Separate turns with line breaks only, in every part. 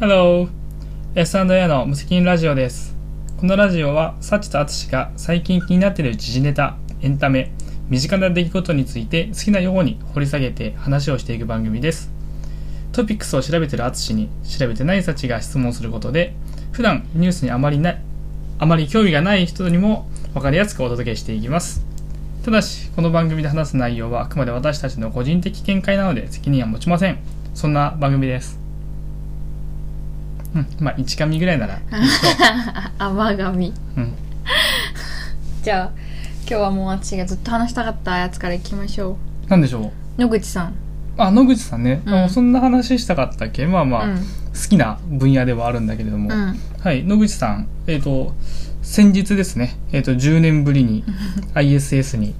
Hello! S&A の無責任ラジオです。このラジオは、サチとアツシが最近気になっている時事ネタ、エンタメ、身近な出来事について好きなように掘り下げて話をしていく番組です。トピックスを調べているアツシに、調べてないサチが質問することで、普段ニュースにあまりない、あまり興味がない人にも分かりやすくお届けしていきます。ただし、この番組で話す内容はあくまで私たちの個人的見解なので責任は持ちません。そんな番組です。うん、まあ、1紙ぐらいなら、
甘神
うん、
じゃあ今日はもう私がずっと話したかったやつからいきましょ
なんでしょう。
う野口さん、
あ、野口さんね、
うん
あそんな話したかったっけまあまあ、
うん
好きな分野ではあるんだけれども。
うん
はい、野口さん、えっ、と、先日ですね、えっ、と、10年ぶりに ISS に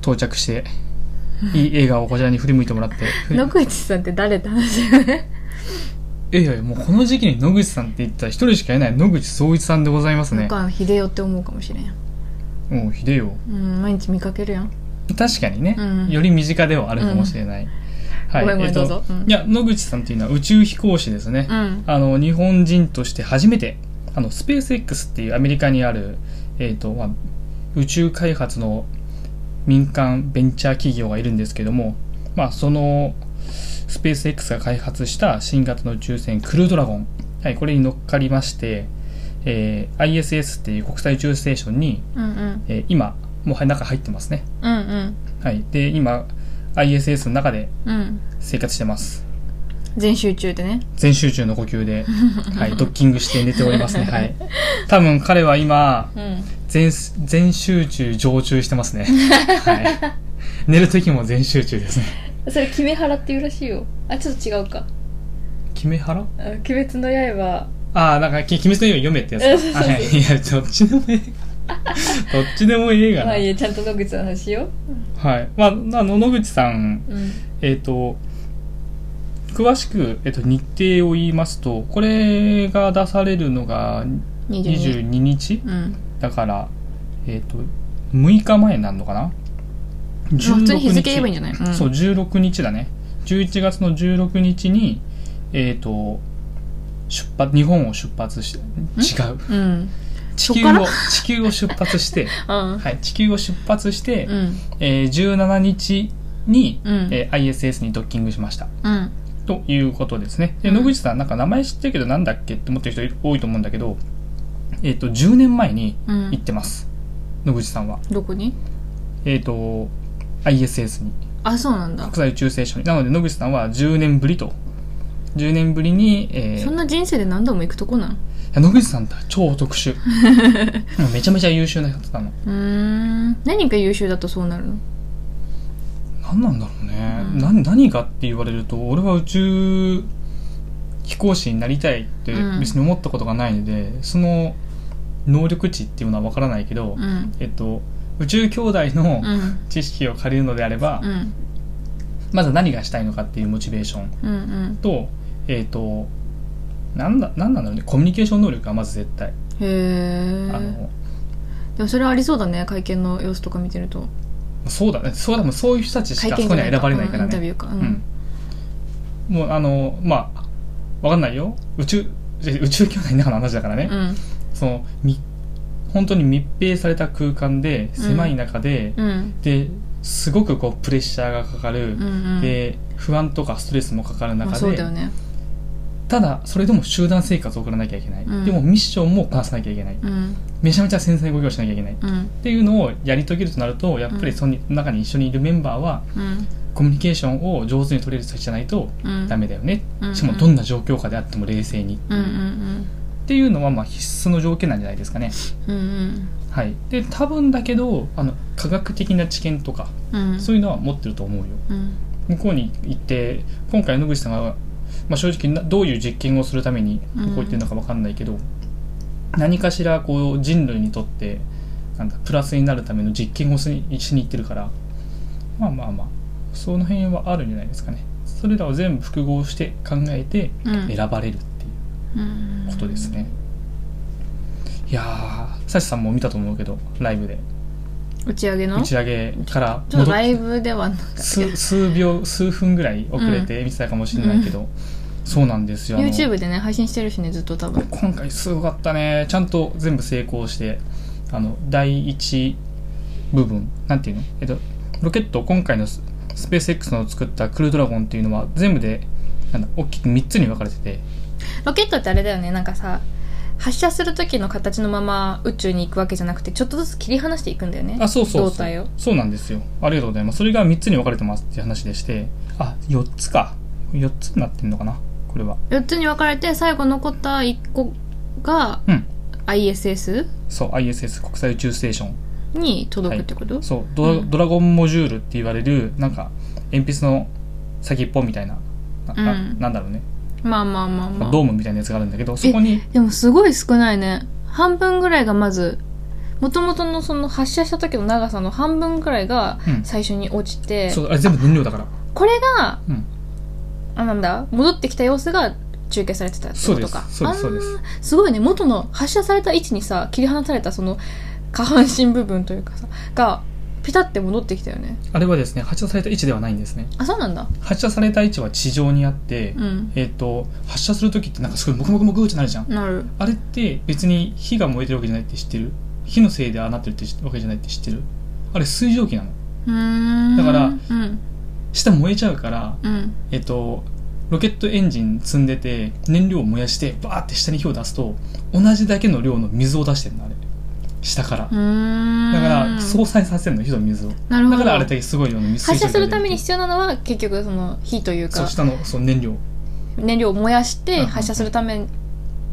到着して、いい映画をこちらに振り向いてもらって、振り
野口さんって誰って話だよね
いやいや、もうこの時期に野口さんって言ったら一人しかいない野口聡一さんでございます
なん
ね。
か秀夫って思うかもしれんやん
うん、ひでえよ。
うん毎日見かけるやん
確かにね、
うん
より身近ではあるかもしれない。はい、
ごめんごめん
えっと
どうぞうん
いや、野口さんっていうのは宇宙飛行士ですね。
うん
あの日本人として初めてあのスペース X っていうアメリカにある、えーとまあ、宇宙開発の民間ベンチャー企業がいるんですけども、まあ、そのスペース X が開発した新型の宇宙船クルードラゴン、はい、これに乗っかりまして、えー ISS っていう国際宇宙ステーションに、
うんうん
えー今もうはい中入ってますね、
うんうん
はい、で今 ISS の中で
うん
生活してます
全集中でね
全集中の呼吸 で、はい、ドッキングして寝ておりますね。はい。多分彼は今、
うん
全、全集中、常駐してますね。はい。寝る時も全集中ですね。
それ決め腹っていうらしいよあちょっと違うか
決め腹
「鬼滅の刃
ああ、なんか、き鬼滅の刃読めってや
うん
つ
そう
か。
そうそう
はい。いや、どっちでもええ。どっちでもええ」がな。はい。
やちゃんと野口さんの話よ
まあ、あの、野口さん、
うん
えっ、と、詳しく、えっと日程を言いますと、これが出されるのが22
22
日、
うん
だから、えっと6日前になるのかな
あ普通に日付言えばいいんじゃないうん
そう16日だね11月の16日にえっ、と出発日本を出発して違う
うん
地
そっ
球
から
を地球を出発して、
うん
はい、地球を出発して、
うん
えー17日に、
うん
えー ISS にドッキングしました
うん
ということですねで
うん
野口さんなんか名前知ってるけどなんだっけって思ってる人いる多いと思うんだけど、えっと10年前に
うん
行ってます、野口さんは
どこに
えっ、と ISS に
あそうなんだ
国際宇宙ステーションになので野口さんは10年ぶりと10年ぶりに、えー
そんな人生で何度も行くとこなん
いや野口さんって超特 殊もうめちゃめちゃ優秀な方なの
うーん何か優秀だとそうなるの
何なんだろうね、
うん
な何かって言われると俺は宇宙飛行士になりたいって
うん
別に思ったことがないので、その能力値っていうのは分からないけど、
うん
えっと宇宙兄弟の
うん
知識を借りるのであれば、
うん
まず何がしたいのかっていうモチベーション
うんうん
と,、えー、となんだなんなんだろうねコミュニケーション能力がまず絶対、
へ
あ
え
の
でもそれはありそうだね会見の様子とか見てると
そうだねそうだもうそういう人たちし
会
かそ
見
こには
じゃない
選ばれないから
うんインタビ
ね、
ューかう
うん
ん
もうあのまあわかんないよ宇宙宇宙兄弟の中の話だからね、
うん
そのみ本当に密閉された空間で狭い中で、
うん
ですごくこうプレッシャーがかかる、
うんうん
で不安とかストレスもかかる
まあ
中
そう
で、
だよね
ただそれでも集団生活を送らなきゃいけない、
うん
でもミッションもこなさなきゃいけない、
うん
めちゃめちゃ繊細ご業しなきゃいけない
うん
っていうのをやり遂げるとなるとやっぱりその中に一緒にいるメンバーは
うん
コミュニケーションを上手に取れる人じゃないと
うん
ダメだよね、
うん
しかもどんな状況下であっても冷静にっ
うんうん
ていうのはまあ必須の条件なんじゃないですかね
うんうん
はいで多分だけどあの科学的な知見とか
うんうん
そういうのは持ってると思うよ
うん
向こうに行って今回野口さんが、まあ、正直などういう実験をするために
う
こ
ん
う言ってるのか分かんないけど、何かしらこう人類にとってなんだプラスになるための実験をしにしに行ってるからまあまあまあその辺はあるんじゃないですかねそれらを全部複合して考えて
うん
選ばれるっていう
うん
ことですね、いやーサシさんも見たと思うけどライブで
打ち上げの
打
ち
ち上げから
ょっ
戻っ
と
て
ライブではなかったけど
数数秒数分ぐらい遅れて見てたかもしれないけど、そうなんですよあの
YouTube でね配信してるしねずっと多分
今回すごかったねちゃんと全部成功してあの第一部分なんていうの、えっと、ロケット今回のススペース X の作ったクルードラゴンっていうのは全部でなんだ大きく3つに分かれてて
ロケットってあれだよねなんかさ発射する時の形のまま宇宙に行くわけじゃなくてちょっとずつ切り離していくんだよね
あそうそう
胴
そ
体を
うそうなんですよありがとうございますそれが3つに分かれてますっていう話でしてあ四4つか4つになってんのかなこれは
4つに分かれて最後残った1個が
うん
ISS
そう ISS 国際宇宙ステーション
に届くってこと、
そうド,、
うん
ドラゴンモジュールって言われるなんか鉛筆の先っぽみたいなな,な、
うん
なんだろうね、
まあまあまあまあ
ドームみたいなやつがあるんだけどそこに
でもすごい少ないね半分ぐらいがまずもともとのその発射した時の長さの半分ぐらいが
うん
最初に落ちて、
そうあれ全部燃料だから
これが、
うん
あなんだ戻ってきた様子が中継されてたって
そう
こ
で
と
す
か
そうですそうです
あーすごいね元の発射された位置にさ切り離されたその下半身部分というかさがピタって戻ってきたよね
あれはですね発射された位置ではないんですね
あそうなんだ
発射された位置は地上にあって、
うん
えっ、と発射する時ってなんかすごいモクモクモクってなるじゃん、
なる
あれって別に火が燃えてるわけじゃないって知ってる火のせいでああなってるって知わけじゃないって知ってるあれ水蒸気なの
うーん
だから
うん
下燃えちゃうから
うん
えっと、ロケットエンジン積んでて燃料を燃やしてバーって下に火を出すと同じだけの量の水を出してるのあれ下から
うーん
だから相殺させるの火の水を
なるほ
だ
ど
からあれだけすごい量の水
発射するために
水
必要なのは結局その火という
蒸気が出るっていうそう下
か
のそう燃料
燃料を燃や
う
し
んうん
て
うん
発射するために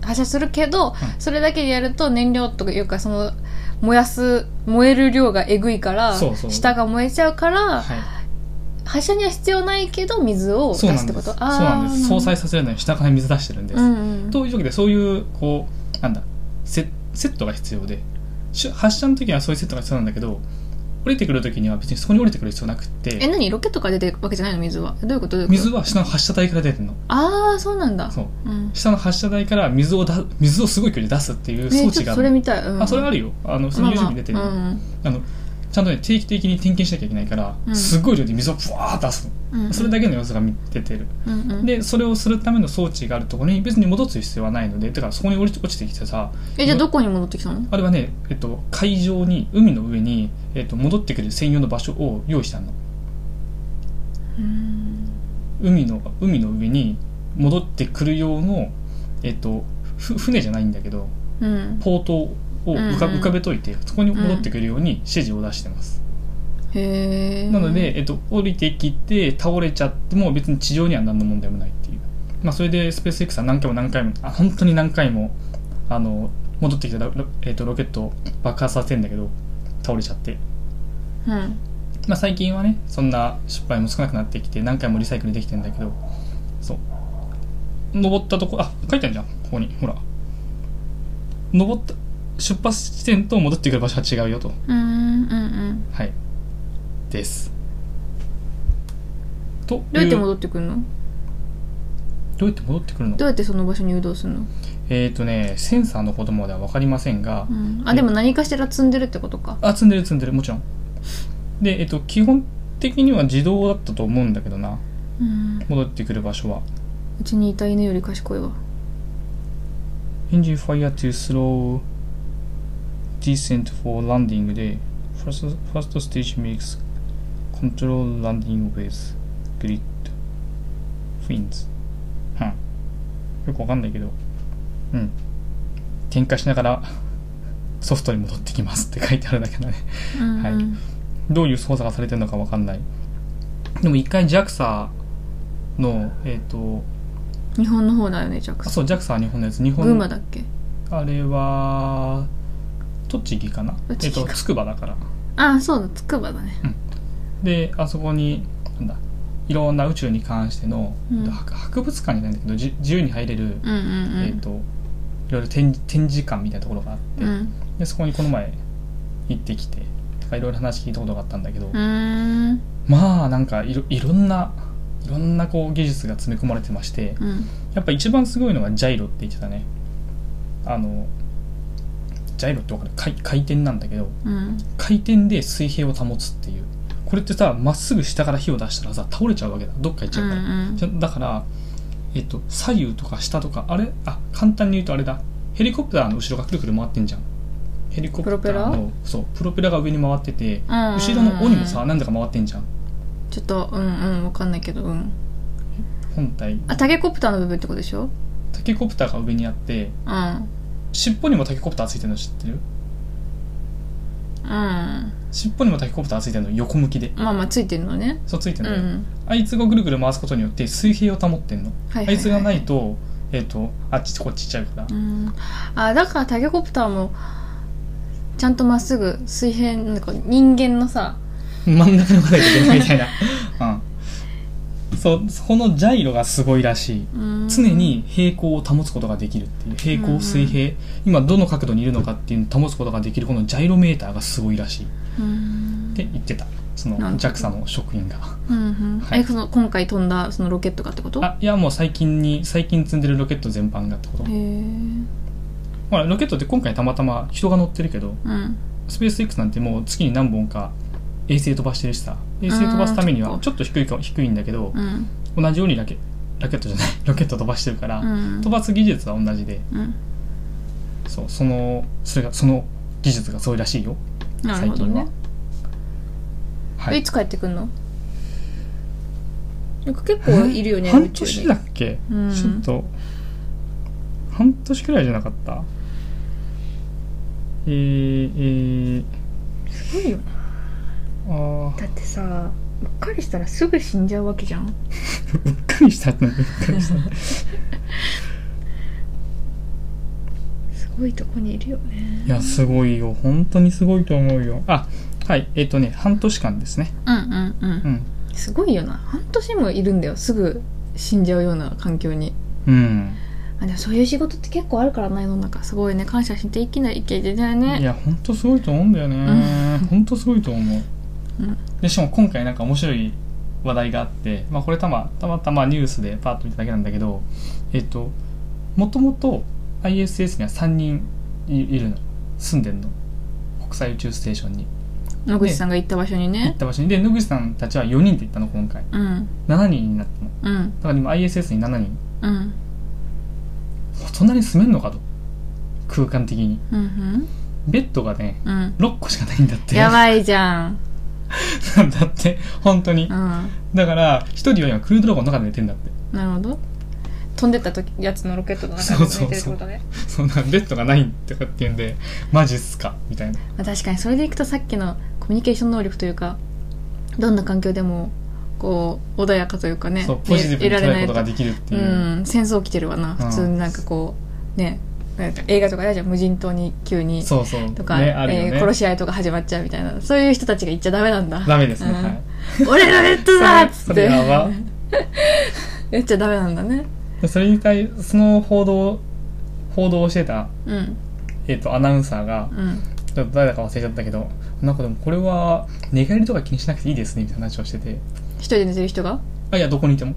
発射するけど、
ん
それだけでやると燃料というかその燃やす燃える量がえぐいから
そうそう
下が燃えちゃうから、
はい
発射には必要ないけど水を出
そうなん
すって
で
こ
す
と
そうなんです相殺
再
させるのに下から水出してるんです、
うんうん、
というわけでそういうこうなんだセセットが必要でし発射の時にはそういうセットが必要なんだけど降りてくる時には別にそこに降りてくる必要なくっ
え
て
何ロケットから出てるわけじゃないの水はどういうことどういうこと
水は下の発射台から出てるの
ああそうなんだ
そう
うん、
下の発射台から水をだ水をすごい距離で出すっていう
え
装
ちょ
置
っ
があ
とそ
る、
れ見たい、うん、
あそれあ
る
るよあの普通に YouTube に出てるよ、あのちゃんとね定期的に点検しなきゃいけないから、
うん
すごい量で水をブワーッと出すの、それだ
け、
けの様子が見ててる、
うんうん、
でそれをするための装置があるところに別に戻す必要はないのでだからそこに降り落ちてきてさ
えじゃあどこに戻ってきたの
あれはね、えっと、海上に海の上に、えっと、戻ってくる専用の場所を用意したの
うん
海の海の上に戻ってくる用の、えっと、ふ船じゃないんだけど
うん
ポートを浮か,、
うんうん
浮かべといてそこに戻ってくるように指示を出してます、
へえ
なので、えっと、降りてきて倒れちゃっても別に地上には何の問題もないっていう、まあ、それでスペース X は何回も何回もあ本当に何回もあの戻ってきたロ,ロ、えっと、ロケットを爆発させてんだけど倒れちゃって、
うん
まあ、最近はねそんな失敗も少なくなってきて何回もリサイクルできてんだけどそう登ったとこあ書いてあるじゃんここにほら登った出発地点と戻ってくる場所は違うよと
うんうんうん
はい。です。と
どうやって
いう
戻ってくるの
どうやって戻ってくるの
どうやってその場所に誘導するの、
えっ、とね、センサーのことまでは分かりませんが
う、ん、あでも何かしら積んでるってことか
あ、積んでる積んでる、もちろん。で、えっ、と、基本的には自動だったと思うんだけどな、
うん
戻ってくる場所は。
うちにいた犬より賢いわ
Engine fire to slow descent for landing で、first, first stage makes control landing with grid fins. はん。よくわかんないけど、うん。転化しながら ソフトに戻ってきますって書いてあるだけだね。
うん、
はいどういう操作がされてるのかわかんない。でも一回 JAXA の、えっ、と、
日本の方だよねジャック
あ
さ
そう、JAXA は日本のやつ、日
ん
本
群馬だっけ
あれは栃木かな
栃木か
えっとつくばだから
あそうだつくばだね
であそこになんだいろんな宇宙に関しての、
うん
えっと博博物館じゃないんだけどじ自由に入れる、
うんうんうん、
えっといろいろ展示展示館みたいなところがあって、
うん
でそこにこの前行ってきてとかいろいろ話聞いたことがあったんだけど、
うーん
まあなんかいろいろんないろんなこう技術が詰め込まれてまして、
うん
やっぱ一番すごいのはジャイロって言ってたねあのジャイロってわかる回回転なんだけど
うん
回転で水平を保つっていうこれってさまっすぐ下から火を出したらさ倒れちゃうわけだどっか行っちゃうから、
うんうん
じゃだから、えっと、左右とか下とか、あれあ、簡単に言うとあれだ。ヘリコプターの後ろがくるくる回ってんじゃん。ヘリコプタ
プロ
ー
ペ
の、そう、プロペラが上に回ってて、
うんうんうん
後ろの尾にもさ、何だか回ってんじゃん。
ちょっとうんうんわかんないけどうん
本体。
あタケコプターの部分ってことでしょ
タケコプターが上にあって、
うん
尻尾にもタケコプターついてるの知ってる
うんま
尻尾にもタケコプターついてるの横向きで。
あまあついてるのね
そうついて
う
る
ん
の
う
よ、
ん
あいつがぐるぐる回すことによって水平を保ってんの。
はい
あいつがない
と
と、えっ、と、あっちとこっち行っちゃうから
う。んあだからタケコプターもちゃんとまっすぐ水平なんか人間のさ
真ん中の方がいけないみたい な。うん。そう、そこのジャイロがすごいらしい。
うん
常に平行を保つことができるっていう平
うんう
行
ん
水平、今どの角度にいるのかっていうのを保つことができるこのジャイロメーターがすごいらしいっ
うん
て言ってたその
なるほど
JAXA の職員が
うんうん
はい
えその今回飛んだそのロケットがってこと
あいやもう最近に最近積んでるロケット全般がってこと
へえうん
ほらロケットって今回たまたま人が乗ってるけどスペース X なんてもう月に何本か衛星飛ばしてるしさ衛星飛ばすために
あ
は
ー
ちょっと低いか低いんだけど
うん
同じようにラケラケットじゃない ロケット飛ばしてるから、
うん
飛ばす技術は同じで
うん
そうそのそれがその技術がすごいらしいよ
なる
最
ほど
近は
ね。
は
えい
い。
つ帰ってくんのなんか結構いるよね
半年だっけ、
うん
ちょっと、半年くらいじゃなかったえー、えー、
すごいよね
あ
だってさうっかりしたらすぐ死んじゃうわけじゃ
ー、
ん
うっかりした ってなってうっかりした。い
すごいとこにいるよね
や、すごいよ。本当にすごいと思うよ。あ、はい。えっ、とね、半年間ですね。
うんうんうん
うん。
すごいよな半年もいるんだよすぐ死んじゃうような環境に
うん。
あでもそういう仕事って結構あるからな世の中すごいね感謝して生きないけない
い
ね
や、本当すごいと思うんだよね。本当すごいと思う。
うん
で、しかも今回なんか面白い話題があって、まあこれたまたまたまニュースでパッと見ただけなんだけど、えっと、もともと ISS には3人いいるの。住んでんの。国際宇宙ステーションに。
野口さんが行った場所に
行っ
ね
た場所に。で、野口さんたちは4人で行ったの、今回。
うん
7人になったの。だ
うん
から今 ISS に7人。
うん
そんなに住めんのかと。空間的に。
うんうん
ベッドがね、
うん
6個しかないんだって。
や
い。
ばいじゃん
だって、本当に
う。ん
だから一人は今クルードラゴンの中で寝てんだって
なるほど飛んでった時やつのロケットの中で寝てるってことね
そんなベッドがないとかっていうんでマジっすかみたいな
まあ、確かにそれでいくとさっきのコミュニケーション能力というかどんな環境でもこう穏やかというかね
そうポジティブに
得ら
捉
れ
え
な
る
い
ことができるっていう、
うん、戦争起きてるわな
うん
普通になんかこうねなんか映画とかやじゃん無人島に急に
そうそう
とか、
ねあるよね、
えー殺し合いとか始まっちゃうみたいなそういう人たちが言っちゃダメなんだ
ダメですね、
うん
はい
俺のレッドだっつ
そ
って
れや ば
言っちゃダメなんだね
でそれに対その報道報道をしてた、
うん
えっとアナウンサーが
うん
ちょっと誰だか忘れちゃったけどなんかでもこれは寝返りとか気にしなくていいですねみたいな話をしてて
一人で寝てる人が
あいやどこにいても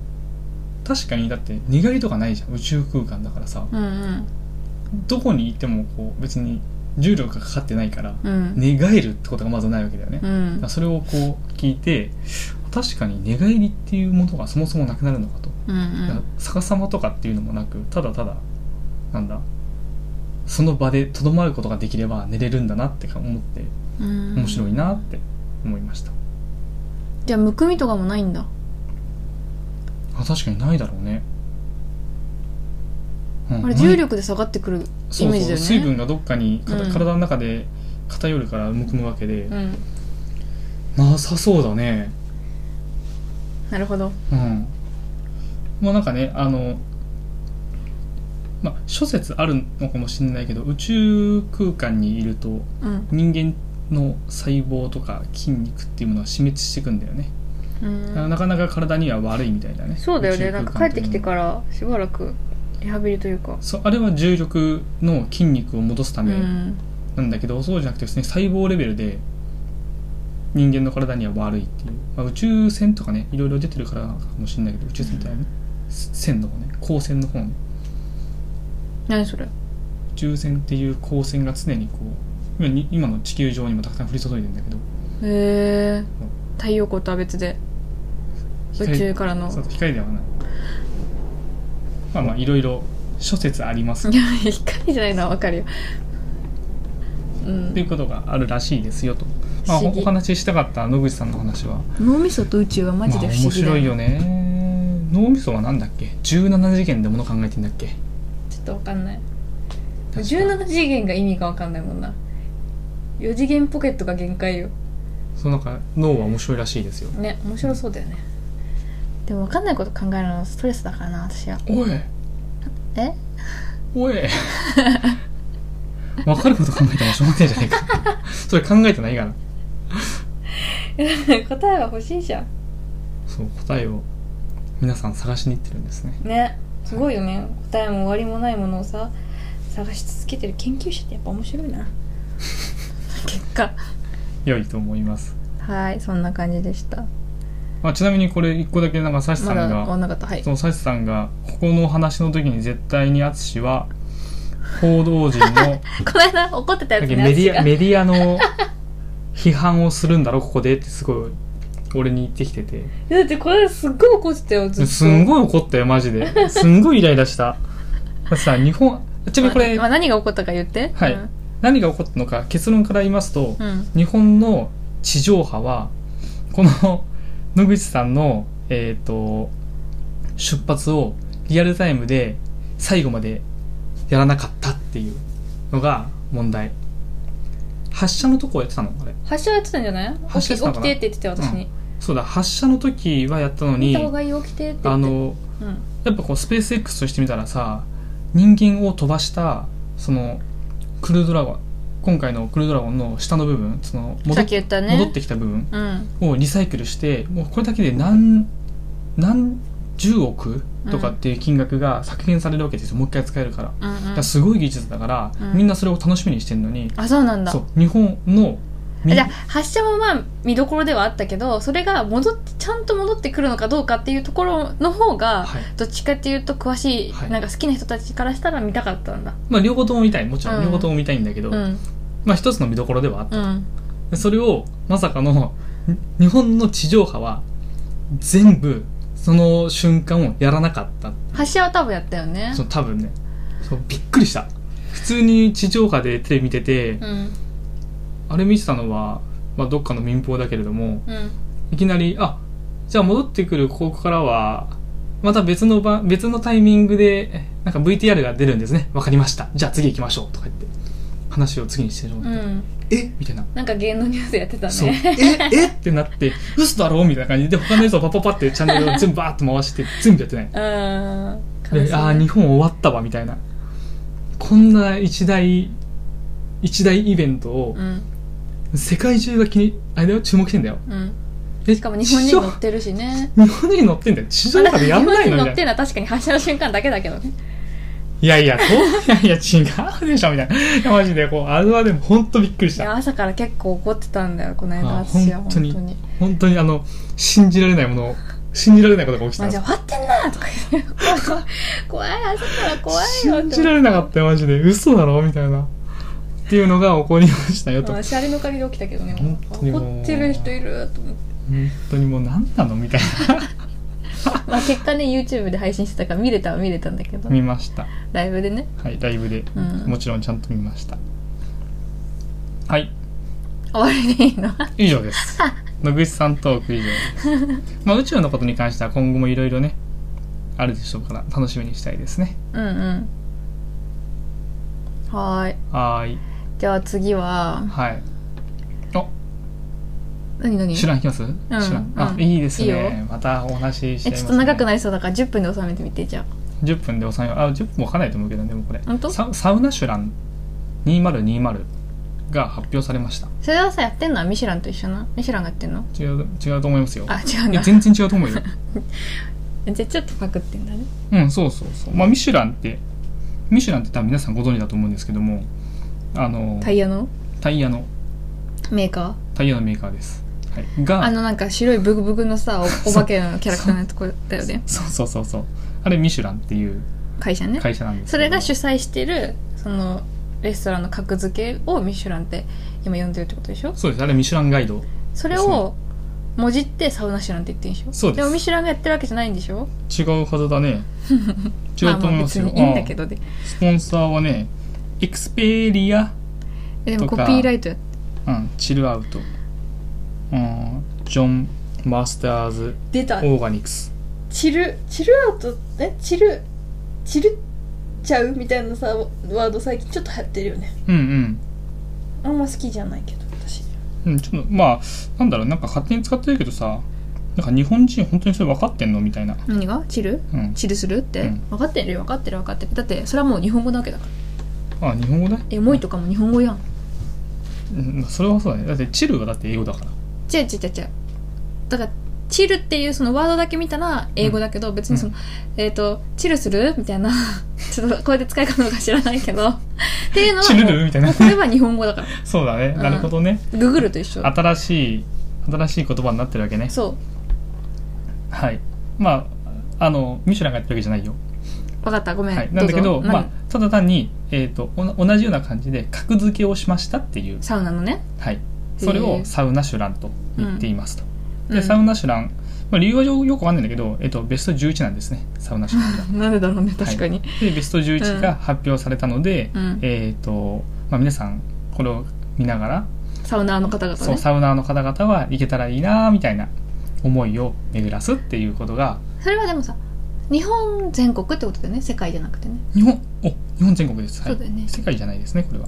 確かにだって寝返りとかないじゃん宇宙空間だからさ
うんうん
どこにいてもこう別に重力がかかってないから
うん、
寝返るってことがまずないわけだよね、
う
だ
ん
からそれをこう聞いて確かに寝返りっていうものがそもそもなくなるのかと、
うんうん
だから逆さまとかっていうのもなくただただなんだその場でとどまることができれば寝れるんだなってか思って
うん
面白いなって思いました、
じゃあむくみとかもないんだ
あ確かにないだろうね、うん
あれ重力で下がってくるイ
そう
メージだ
そう水
よね
分がどっかにかた、
うん
体の中で偏るからむくむわけで、
うん
なさそうだね
なるほど
うんまあなんかねあのまあ諸説あるのかもしれないけど宇宙空間にいると
うん
人間の細胞とか筋肉っていうものは死滅していくんだよね、
うん
なかなか体には悪いみたいだね
そうだよね
宇宙
な
空
ん
間
か帰ってきて
ら
からしばらくリハビリというか
そうあれは重力の筋肉を戻すた
う
め
ん
なんだけど、そうじゃなくてですね細胞レベルで人間の体には悪いっていう、まあ、宇宙船とかねいろいろ出てるからかもしれないけど宇宙船ってあれね、線の方ね光線の方ね
何それ
宇宙船っていう光線が常にこう今に今の地球上にもたくさん降り注いでんだけど
へえ太陽光とは別で宇宙からの
そう光ではないまあまあいろいろ諸説あります
いや 一回じゃないのは分かるようん
っていうことがあるらしいですよと、まあ、お
不思議
お話ししたかった野口さんの話は
脳みそと宇宙はマジで
まあ
不思
面
議だ、
白いよね脳みそはなんだっけ17次元でもの考えてんだっけ
ちょっと分かんない
確か
17次元が意味が分かんないもんな4次元ポケットが限界よ
そうなんか脳は面白いらしいですよ
ね面白そうだよねでも分かんないこと考えるのはストレスだからな私は
おい
え
おい分かること考えてもしょうがないじゃないか それ考えてないから
答えは欲しいじゃん
そう答えを皆さん探しに行ってるんですね
ねすごいよね答えも終わりもないものをさ探し続けてる研究者ってやっぱ面白いな 結果
良いと思います、
はいそんな感じでした
まあ、ちなみにこれ一個だけなんかサシさ
ま
ん
だ
が、
終わんなかったはい
そのサシさんがここのお話の時に絶対に淳は報道陣の
この間怒ってたや
だ
つ
け
ね
メディア
私が
メディアの批判をするんだろここでってすごい俺に言ってきてて
だってこれすっごい怒ってたよずっと
すんごい怒ったよマジ ですんごいイライラしただってさ日本ちなみにこれ
まあ、何が起こったか言って
はい
うん
何が起こったのか結論から言いますと、
うん
日本の地上波はこの野口さんの、えー、と出発をリアルタイムで最後までやらなかったっていうのが問題発射のとこやってたのあれ
発射やってたんじゃない
発射し
起き
たの
起
か
き
な
てって言ってた私に、
そうだ発射の時はやったの
見
に
た方がいいよ起きてって言って
あの
うん
やっぱこうスペース X としてみたらさ人間を飛ばしたそのクルードラゴン今回のクルードラゴンの下の部分その戻
さ
っ
っき言ったね
戻ってきた部分
うん
をリサイクルしてもうこれだけで何何十億とかっていう金額が削減されるわけですよ、もう一回使えるから,、
うんうん
すごい技術だから、
うん
みんなそれを楽しみにしてるのに、
あそうなんだ
そう日本のみ
じゃあ発射もまあ見どころではあったけどそれが戻ってちゃんと戻ってくるのかどうかっていうところの方が、
はい
どっちかっていうと詳しい、
はい
なんか好きな人たちからしたら見たかったんだ
まあ、両方とも見たいもちろん、
うん
両方とも見たいんだけど、
うん
まあ、一つの見どころではあった
うん
でそれをまさかのに日本の地上波は全部その瞬間をやらなかった
発射は多分やったよね
そう多分ねそうびっくりした普通に地上波でテレビ見てて、
うん
あれ見てたのは、まあ、どっかの民放だけれども
うん
いきなりあじゃあ戻ってくるここからはまた別の番別のタイミングでなんか VTR が出るんですねわかりましたじゃあ次行きましょうとか言って話を次にしてるの、
うん
えみたいな、
なんか芸能ニュースやってた
そう
ね
ええってなって嘘だろみたいな感じで他のやつをパパパってチャンネ ルを全部バーッと回して全部やってない
うん悲しい
で
ね
ああー日本終わったわみたいなこんな一大一大イベントを
うん
世界中が気にあれだよ注目してんだよ
うん
え
しかも日本人乗ってるしね
日本人乗ってんだよ地上 波でやんないの
日
み
本人乗
た
っ
い
て
な
るのは確かに発射の瞬間だけだけどね
いやいやそういやいや違うでしょみたいないやマジでこうあれはでも本当びっくりし
いや
た
朝から結構怒ってたんだよこの間
あ
私は
本当に
本当に
本当にあの信じられないものを信じられないことが起き
マ
た
ジ終わってんなとか言って怖い怖い怖い朝から怖いよって
信じられなかったよマジで嘘だろみたいなっていうのが起こりましたよと
私あれの限り起きたけどね
本当にもう
怒ってる人いると思って
本当にもう何なの みたい
まあ結果ね YouTube で配信してたから見れたは見れたんだけど
な見ました
ライブでね
はいライブで、
うん
もちろんちゃんと見ましたはい
終わりでいいの
以上です野口さんトーク以上です、まあ、宇宙のことに関しては今後もいろいろねあるでしょうから楽しみにしたいですね
うんうんはーい
はーい
じゃあ次は
はい
何何
知らんいきます、知らんあ、
うん
いいです
いいよ
ねまたお話ししちゃい
え
ます、ね、
ちょっと長くないりそうだから10分で収めてみてじゃ
10分で収めようあ10分もかかないと思うけどねでもこれ
ほんと
ササウナシュラン2020が発表されました
あそれはさやってんのはミシュランと一緒なミシュランがやってんの
違う違うと思いますよ
あ違うん
いや
だ
全然違うと思うよ
じゃあちょっとパクってんだね
うんそうそうそうまあミシュランってミシュランって多分皆さんご存知だと思うんですけどもあの
タイヤの
タイヤの
メーカー
タイヤのメーカーです、はい、が
あのなんか白いブグブグの さおお化けのキャラクターのとこだよね
そうそうそうそうあれミシュランっていう
会社ね
会社なんです
そ
けど
れが主催してるそのレストランの格付けをミシュランって今呼んでるってことでしょ
そうですあれミシュランガイド
それを文字ってサウナ師なんて言っていいんでしょ
そうです
もミシュランがやってるわけじゃないんでしょ
違うはずだ ね違うと思いますよ、
まあ、まあ別にいいんだけどで
ああスポンサーはねエクスペリア、
えでも
と
コ
か
ピーライトやっ
うん、チルアウト、うん、ジョン・マスターズ・
出
オ
た
ーガニクス
チルチルアウトえチルチルちゃうみたいなさワード最近ちょっと流行ってるよね
うんうん
あんま好きじゃないけど私
うん、ちょっとまあなんだろうなんか勝手に使ってるけどさなんか日本人本当にそれ分かってんのみたいな、
何がチル
うん、
チルするって、
うん
分かってるよ分かってる分かってるだってそれはもう日本語なわけだから
あ日本語だ
エモいとかも日本語やん
うん、それはそうだねだってチルはだって英語だから
違う違う違う違うだからチルっていうそのワードだけ見たら英語だけど、別にその、えっ、とチルするみたいな ちょっとこうやって使い方のか知らないけ どっていうのは
チル
もう
ルみたいな
もうこれは日本語だから
そうだね、
うん
なるほどね
ググると一緒
新しい新しい言葉になってるわけね
そ
はいまああのミシュランがやってるわけじゃないよ、
う分かったごめん、
はい、なんだけど
うぞ
まあ
何
ただ単に、えー、とおな同じような感じで格付けをしましたっていう、
サウナのね、
はい、それ
へ
を
ー
サウナシュランと言っていますと、
う
で
ん
サウナシュラン、まあ、理由はよよくわかんないんだけど、えー、とベスト11なんですねサウナシュランが
なんでだろうね確かに、
でベスト11が発表されたので、
うん
えっ、と、まあ、皆さんこれを見ながら
サウナーの方々
そう
ねそ
サウナーの方々は行けたらいいなーみたいな思いを巡らすっていうことが
れはでもさ日本全国ってことだよね世界じゃなくてね
日本お日本全国です、はい
そうだよね
世界じゃないですねこれは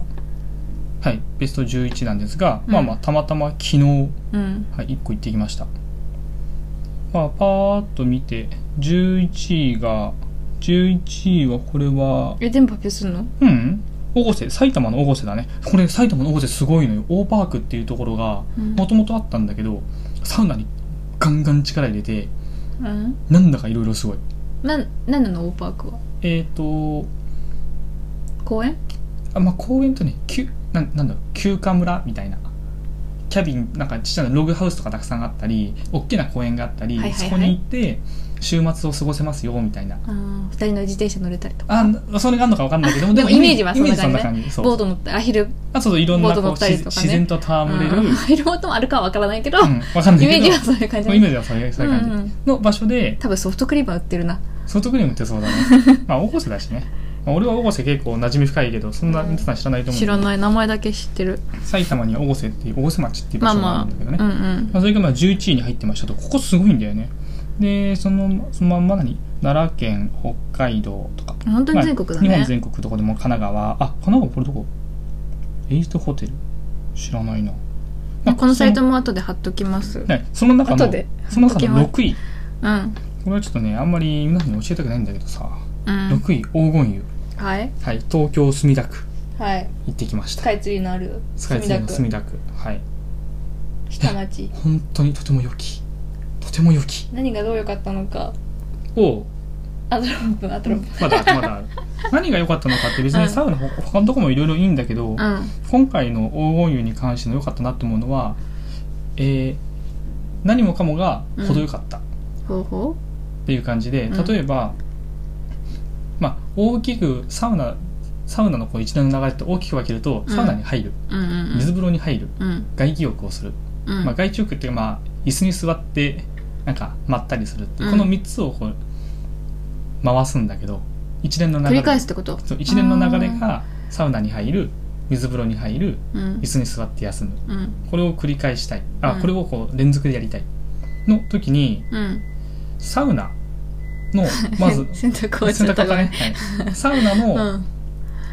はいベスト11なんですが、
うん
まあまあたまたま昨日、は
うん
い、1個行ってきましたまあパーッと見て11位が11位はこれは
え全部発表するの
うん大瀬埼玉の大瀬だねこれ埼玉の大瀬すごいのよ大パークっていうところが
うん
もともとあったんだけどサウナにガンガン力入れて
うん
なんだかいろいろすごい
なんなんなのオーパークは
えっ、ー、と
公園
あまあ公園とねきゅなんなんだろう休暇村みたいなキャビンなんかちっちゃなログハウスとかたくさんあったり大きな公園があったり、
はいはいはい
そこに行って週末を過ごせますよみたいな
あー二人の自転車乗れたりとか
あなそれがあるのか分かんないけど
でもイメージはそんな
イメージそ
感
んな
じ
感
ね
じそう
ボード乗ってアヒル
あそうそういろん
ボ
な
ード
こ
乗
う
ったりとかね
自然と
ア
戯れる、うん、
ヒルボードもあるかはわからないけど、
分かんないけど
イメージはそういう感じ
も
だ
うイメー
ね
ジはそういうそういう感じ、
うんうん
の場所で
多分ソフトクリームは売ってるな
ソフトクリームってそうだ ねまあ大越だしね、まあ、俺は大越結構馴染み深いけどそんな
うん
皆さん知らないと思う
知らない名前だけ知ってる
埼玉には大越っていう大越町っていう場
まあ
所があ
ま
るんだけど
あ、
ね、
うんうん
まあ、それがまあ11位に入ってましたとここすごいんだよねでそのそのまんま何奈良県北海道とか
本当に全国だ
ま
ね、
あ日本全国どこでも神奈川あ神奈川これどこエイトホテル知らないな、まあ
このサイトも後で貼っときます
その,、ね、その中の
後で
その中の
貼っと
6位
うん
これはちょっとねあんまり皆さんに教えたくないんだけどさ、
うん
6位黄金湯
はい
はい東京墨田区
はい
行ってきまし
ス
た
カイツリーのある
スカイツリーの墨田区はい
下町
本当にとても良きとても良き
何がどう良かったのか
を
アトロップアトロップ
まだあるまだある何が良かったのかって別
う
に
ん
サウナほ他のとこもいろいろいいんだけど、
うん
今回の黄金湯に関しての良かったなと思うのは、えー何もかもが程よかったっ
方法
ていう感じで、
うん
例えば、まあ、大きくサウナサウナのこう一連の流れって大きく分けると
うん
サウナに入る、
うんうん
水風呂に入る
うん
外気浴をする、
うん
まあ、外気浴っていうか、まあ、椅子に座ってなんかまったりするっていう、
うん
この3つをこう回すんだけど一連の流
繰
れ
り返すってこと
そう一連の流れがサウナに入る水風呂に入る
うん
椅子に座って休む
うん
これを繰り返したいあ、
うん
これをこう連続でやりたいの時に
うん
サウナ のまず
洗濯をち
洗
ょっと
濯
ご
が
め
ね、
ん
はい、サウナ
うんう
の
ん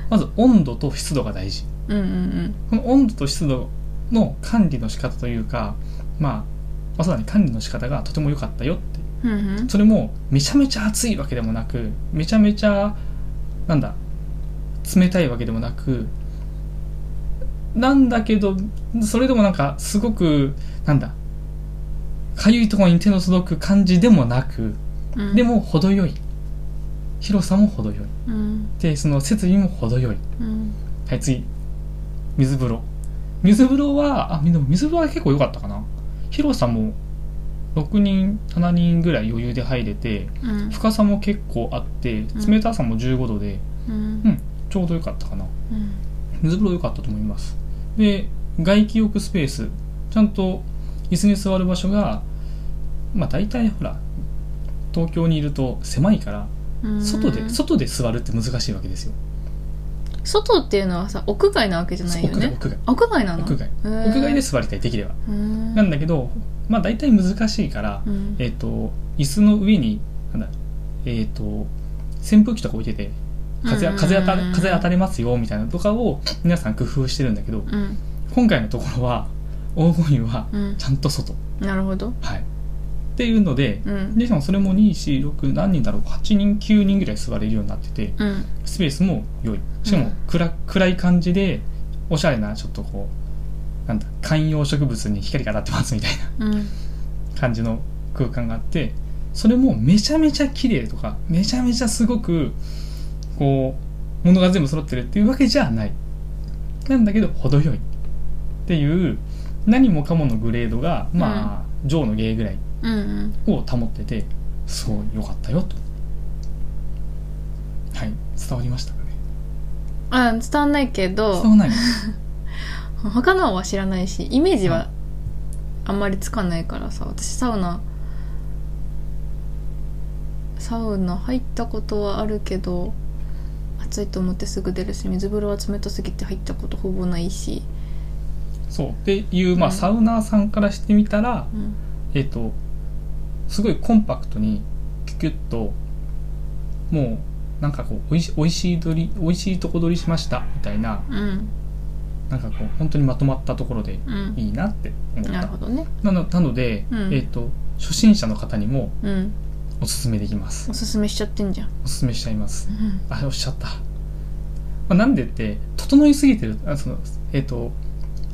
まず温度と湿度が大事
うんうん
この温度と湿度の管理の仕方というかまあまあそうだね管理の仕方がとても良かったよって
うんうん
それもめちゃめちゃ暑いわけでもなくめちゃめちゃなんだ冷たいわけでもなくなんだけどそれでもなんかすごくなんだかゆいところに手の届く感じでもなく
うん
でも程よい広さも程よい
うん
でその設備も程よい
うん
はい次水風呂水風呂はあでも水風呂は結構良かったかな広さも6人7人ぐらい余裕で入れて、
うん
深さも結構あって
ん
冷たさも15度で
うん
ちょうどよかったかな
うん
水風呂良かったと思いますで外気浴スペースちゃんと椅子に座る場所がまあ大体ほら東京にいると狭いから
うん
外で外で座るって難しいわけですよ
外っていうのはさ屋外なわけじゃないよ
屋外
ね
屋外
あ屋外なの
屋外
へー
屋外で座りたいできれば
うん
なんだけどまあ大体難しいから
うん
えっと椅子の上になんだえっと扇風機とか置いてて風
うん
風当た風当たりますよみたいなのとかを皆さん工夫してるんだけど
うん
今回のところは黄金湯は
うん
ちゃんと外
なるほど
はいっていうので
うん
でしかもそれも246何人だろう8人9人ぐらい座れるようになってて
うん
スペースも良いしか
う
も
ん
暗暗い感じでおしゃれなちょっとこうなんだ観葉植物に光が当たってますみたいな
うん
感じの空間があってそれもめちゃめちゃ綺麗とかめちゃめちゃすごくこう物が全部揃ってるっていうわけじゃないなんだけど程よいっていう何もかものグレードがまあ、上の芸ぐらい
うんうん
を保っててすごい良かったよとはい伝わりましたかね
あ伝わんないけど
伝わらないの
他のは知らないしイメージはあんまりつかないからさ私サウナサウナ入ったことはあるけど暑いと思ってすぐ出るし水風呂は冷たすぎて入ったことほぼないし、
そうっていう、まあ、
うん
サウナーさんからしてみたら、
うん、
えっ、とすごいコンパクトにキュキュッともうなんかこうおいしおいしいどりおいしいとこ取りしましたみたいな
うん
なんかこう本当にまとまったところで
うん
いいなって思っ
なる
た
ほどね
なのなので、
うん
えっ、と初心者の方にも
うん
おすすめできます
おすすめしちゃってんじゃん、
おすすめしちゃいます
うん
あおっしゃった、まあ、なんでって整いすぎてるあそのえっ、と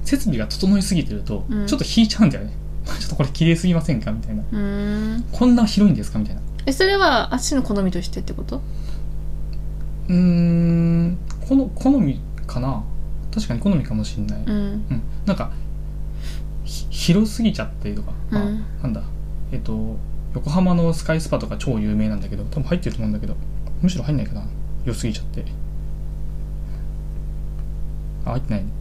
設備が整いすぎてると、
うん
ちょっと引いちゃうんだよね ちょっとこれ綺麗すぎませんかみたいな
うーん
こんな広いんですかみたいな
えそれはあっちの好みとしてってこと
うーんこの好みかな確かに好みかもしれない、う
うんん
なんかひ広すぎちゃったりとか、まあ
うん
なんだえっと横浜のスカイスパとか超有名なんだけど多分入ってると思うんだけどむしろ入んないかな良すぎちゃってあ入ってないね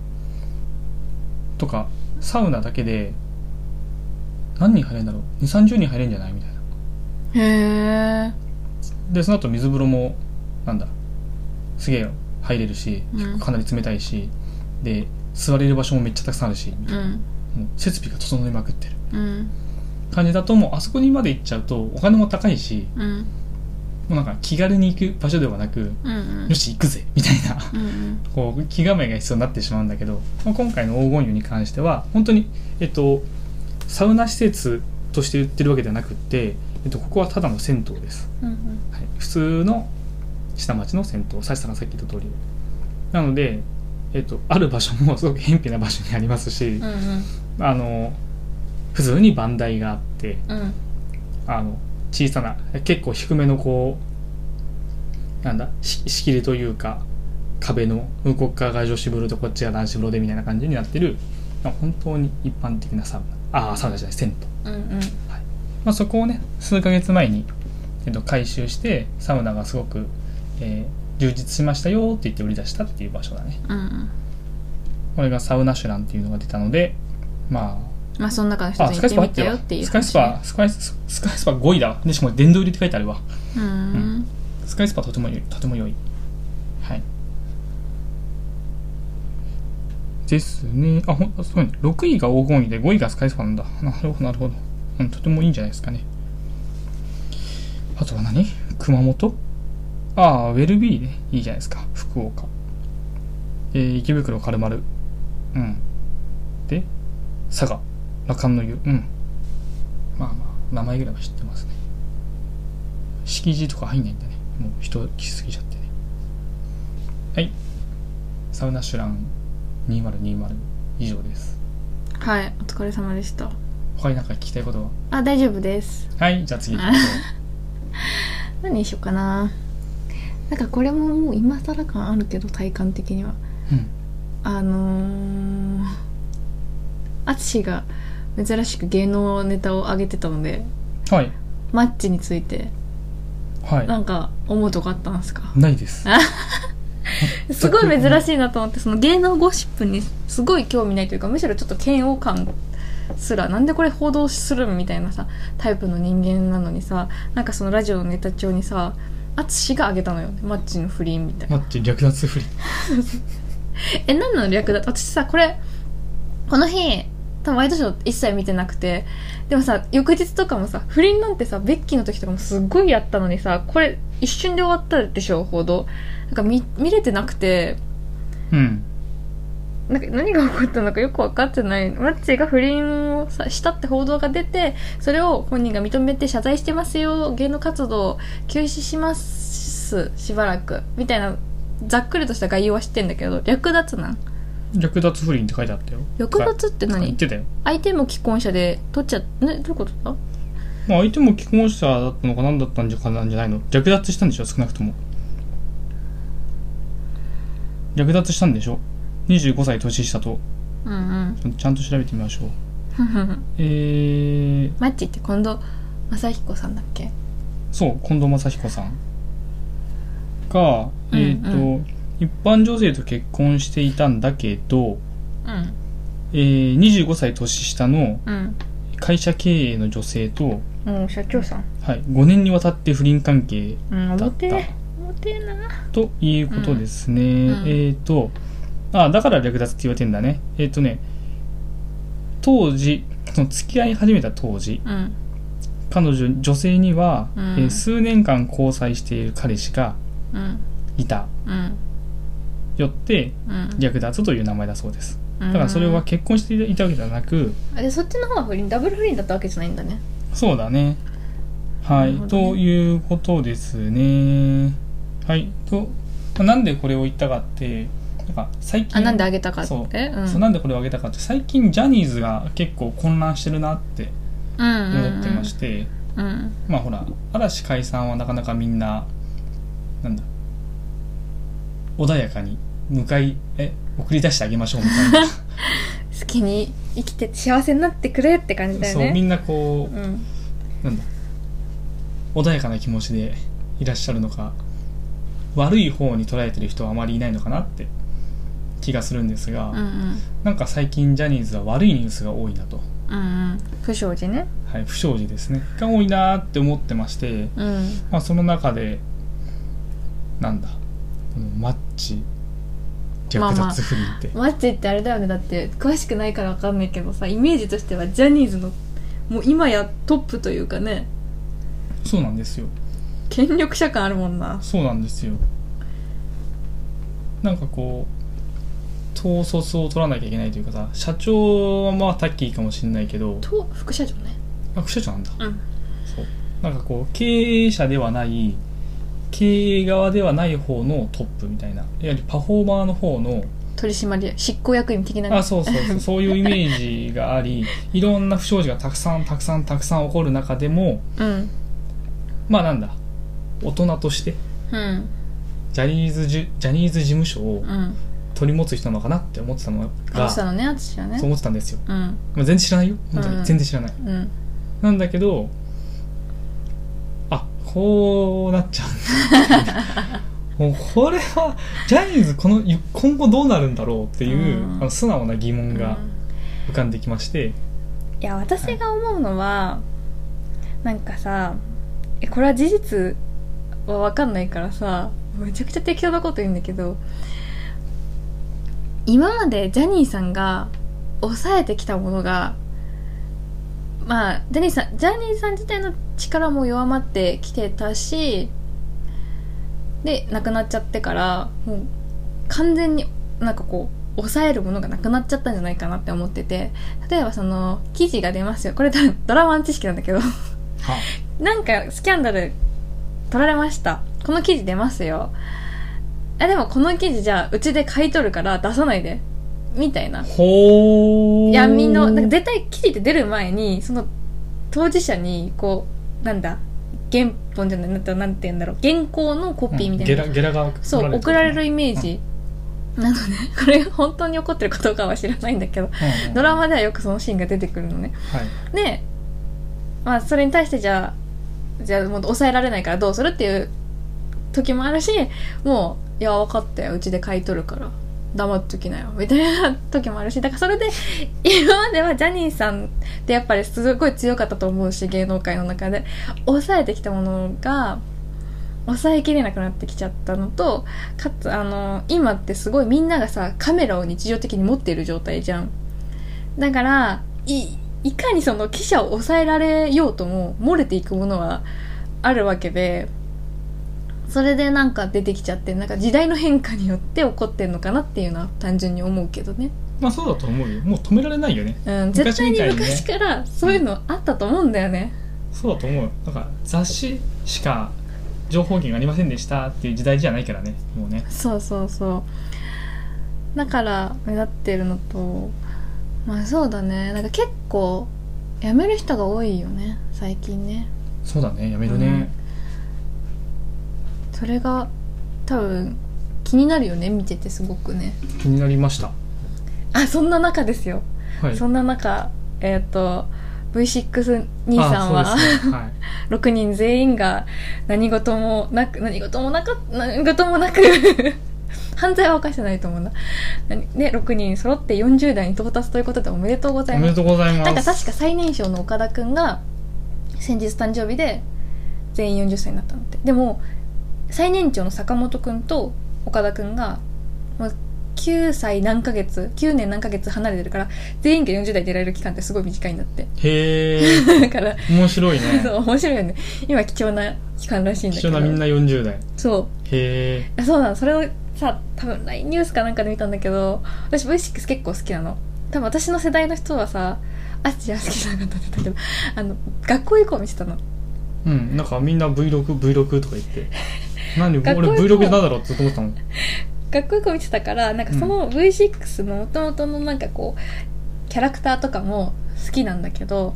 とかサウナだけで何人入れるんだろう2 3 0人入れんじゃないみたいな
へえ
でその後水風呂もなんだすげえ入れるし
うん
かなり冷たいし、で座れる場所もめっちゃたくさんあるしみたい
う
なんもう設備が整いまくってる
うん
感じだともうあそこにまで行っちゃうとお金も高いし
うん
もうなんか気軽に行く場所ではなく、
うんうん
よし行くぜみたいな
うんうん
こう気構えが必要になってしまうんだけど、まあ、今回の黄金湯に関しては本当にえっとサウナ施設として売ってるわけではなくって、えっと、ここはただの銭湯です
うん
はい、普通の下町の銭湯サシさんがさっき言った通りなので、えっとある場所も すごく偏僻な場所にありますし
う、んうん
あの普通に番台があって
うん
あの小さな結構低めのこうなんだし仕切りというか壁の向こう側が女子風呂でこっちが男子風呂でみたいな感じになってるまあ本当に一般的なサウナああサウナじゃない銭湯
うんうん
まあ、そこをね数ヶ月前に、えっと、回収してサウナがすごく、えー充実しましたよって言って売り出したっていう場所だね
うん
これがサウナシュランっていうのが出たのでま
まあその中の一つ
ああ
に
ス
行
カ
っ
イスパ入
てみ
って
た
る
よ
わ
っていう
スカイスパスカイススカイスパ5位だわでしかも殿堂入りって書いてあるわ
うんうん
スカイスパとても良いとても良いはいですねあほんあそうね6位が黄金位で5位がスカイスパなんだなるほどなるほど、うん、とてもいいんじゃないですかねあとは何熊本ああウェルビーねいいじゃないですか福岡えー池袋軽丸うんで佐賀羅漢の湯うんまあまあ名前ぐらいは知ってますね敷地とか入んないんだねもう人来すぎちゃってねはいサウナシュラン2020以上です
はいお疲れ様でした
他に何か聞きたいことは
あ大丈夫です
はいじゃあ次行きましょ
何にしようかななんかこれももう今更感あるけど体感的には
う、うん、
あのー淳が珍しく芸能ネタを上げてたので
はい
マッチについて
は
なんか思うとこあったんですか
いないです
すごい珍しいなと思ってその芸能ゴシップにすごい興味ないというかむしろちょっと嫌悪感すらなんでこれ報道するんみたいなさタイプの人間なのにさなんかそのラジオのネタ帳にさ淳があげたのよマッチの不倫みたいな
待って略奪不倫
え何なの略だって私さこれこの日多分ワイドショー一切見てなくてでもさ翌日とかもさ不倫なんてさベッキーの時とかもすっごいやったのにさこれ一瞬で終わったでしょ報道なんか見見れてなくて
うん
なんか何が起こったのかよく分かってないマッチが不倫をさしたって報道が出てそれを本人が認めて謝罪してますよ芸能活動休止しますしばらくみたいなざっくりとした概要は知ってんだけど略奪なん
略奪不倫って書いてあったよ
略奪って
か言
何
ってたよ
相手も既婚者で取っちゃねどういうことだ
まあ相手も既婚者だったのか何だったんじゃかなんじゃないの略奪したんでしょ少なくとも略奪したんでしょ25歳年下と
うん
ちゃんと調べてみましょう
うん
えー、
マッチって近藤正彦さんだっけ
そう近藤真彦さんが
うん
えっ、と、
う
一般女性と結婚していたんだけど、
うん
えー、25歳年下の
うん
会社経営の女性と、
もう社長さん
はい、5年にわたって不倫関係
うん
だ
モ
っ
テ
た
モテな
ということですね、
うん
えっ、とあだから略奪って言われてんだねえっ、とね当時その付き合い始めた当時
うん
彼女女性には、
うん
えー数年間交際している彼氏が
うん
いた
うん
よって
うん
略奪という名前だそうですだからそれは結婚していたわけではなく
あでそっちの方は不倫ダブル不倫だったわけじゃないんだね
そうだねはい
なるほどね
ということですねはいとまあなんでこれを言ったかってなんか最近
あなんであげたかって
そう
えうん
そうなんでこれを挙げたかって最近ジャニーズが結構混乱してるなって思ってましてて、
うん
まあほら嵐解散はなかなかみんななんだ穏やかに迎ええ送り出してあげましょうみたい な
好きに生きて幸せになってくれって感じだよ
そうみ
ね
んなこう
うん
なんだ穏やかな気持ちでいらっしゃるのか悪い方に捉えてる人はあまりいないのかなって気がするんですが、
うんうん
なんか最近ジャニーズは悪いニュースが多いなと、
うんうん不祥事ね
はい、不祥事ですねが多いなーって思ってまして、
うん
まあ、その中でなんだこのマッチ
まあ
略
まあ
奪不倫って、
マッチってあれだよねだって詳しくないから分かんないけどさイメージとしてはジャニーズのもう今やトップというかね
そうなんですよ
権力者感あるもんな
そうなんですよなんかこう統率を取らなきゃいけないというかさ社長はまあタッキーかもしれないけど
と副社長ね
あ副社長なんだ
うん
そうなんかこう経営者ではない経営側ではない方のトップみたいなやはりパフォーマーの方の
取締役執行役員的なね
あそうそうそうそういうイメージがありいろんな不祥事がたくさんたくさんたくさん起こる中でも
うん
まあなんだ大人として
うん
ジャニーズじジャニーズ事務所を
うん
取り持つ人なのかなって思ってたの
あ
が
したのね淳は
そう
ね
思ってたんですよ、
うん
まあ、全然知らないよ本当
う
に
ん
全然知らない
うん
なんだけどあこうなっちゃ うんだもうこれはジャニーズこの今後どうなるんだろうっていう、
うん
あの素直な疑問が浮かんできまして、
いや私が思うのは、なんかさえこれは事実は分かんないからさめちゃくちゃ適当なこと言うんだけど今までジャニーさんが抑えてきたものがまあジャニーさんジャニーさん自体の力も弱まってきてたしで亡くなっちゃってからもう完全になんかこう抑えるものがなくなっちゃったんじゃないかなって思ってて例えばその記事が出ますよこれ多分ドラマの知識なんだけど
は
なんかスキャンダル取られましたこの記事出ますよあでもこの記事じゃあうちで買い取るから出さないでみたいな
ほー
闇のなんか絶対記事って出る前にその当事者にこうなんだ原本じゃないなんてなんて言うんだろう原稿のコピーみたいな、
うんゲラゲラが
そう送られるイメージなのねこれが本当に起こってるかどうかは知らないんだけどドラマ
で、
ではよくそのシーンが出てくるのね
はい、
でまあそれに対してじゃあじゃあもう抑えられないからどうするっていう時もあるしもういや分かったようちで買い取るから黙っときなよみたいな時もあるしだからそれで 今まではジャニーさんってやっぱりすごい強かったと思うし芸能界の中で抑えてきたものが抑えきれなくなってきちゃったのとかつあの今ってすごいみんながさカメラを日常的に持っている状態じゃんだからいいかにその記者を抑えられようとも漏れていくものはあるわけでそれでなんか出てきちゃってなんか時代の変化によって起こってんのかなっていうのは単純に思うけどね、
まあそうだと思うよもう止められないよね
うん、絶対に昔
昔
からそういうのあったと思うんだよね、
そうだと思うなんか雑誌しか情報源がありませんでしたっていう時代じゃないからねもうね
そうそうそうだから目立ってるのとまあそうだねなんか結構辞める人が多いよね最近ね
そうだねやめるね、
それが多分気になるよね見ててすごくね
気になりました
あそんな中ですよ、
はい
そんな中えっ、と V6 兄
あ
さんは、
そうですねはい
6人全員が何事もなく何事もなか何事もなく 犯罪は犯してないと思うな何で6人揃って40代に到達ということでおめでとうござい
おめ
ま
ですとうございます
なんか確か最年少の岡田君が先日誕生日で全員40歳になったのってでも最年長の坂本君と岡田君がもう9歳何ヶ月9年何ヶ月離れてるから全員が40代出られる期間ってすごい短いんだって
へえ
だから
面白い ね
そう面白いよね今貴重な期間らしいんだ
貴
けど
重なみんな40代
そ
へ
うそうなのそれをさ多分 LINE ニュースかなんかで見たんだけど私 V6 結構好きなの多分私の世代の人はさあっちは好きじゃなかったんだけどあの学校以降見てたの
えうんなんかみんな V6V6 とか言 って何
学校
俺
行こう
V6 ってなんだろうってずっと思ってたもん
学校以降見てたからなんかその V6 の元々のなんかこうキャラクターとかも好きなんだけど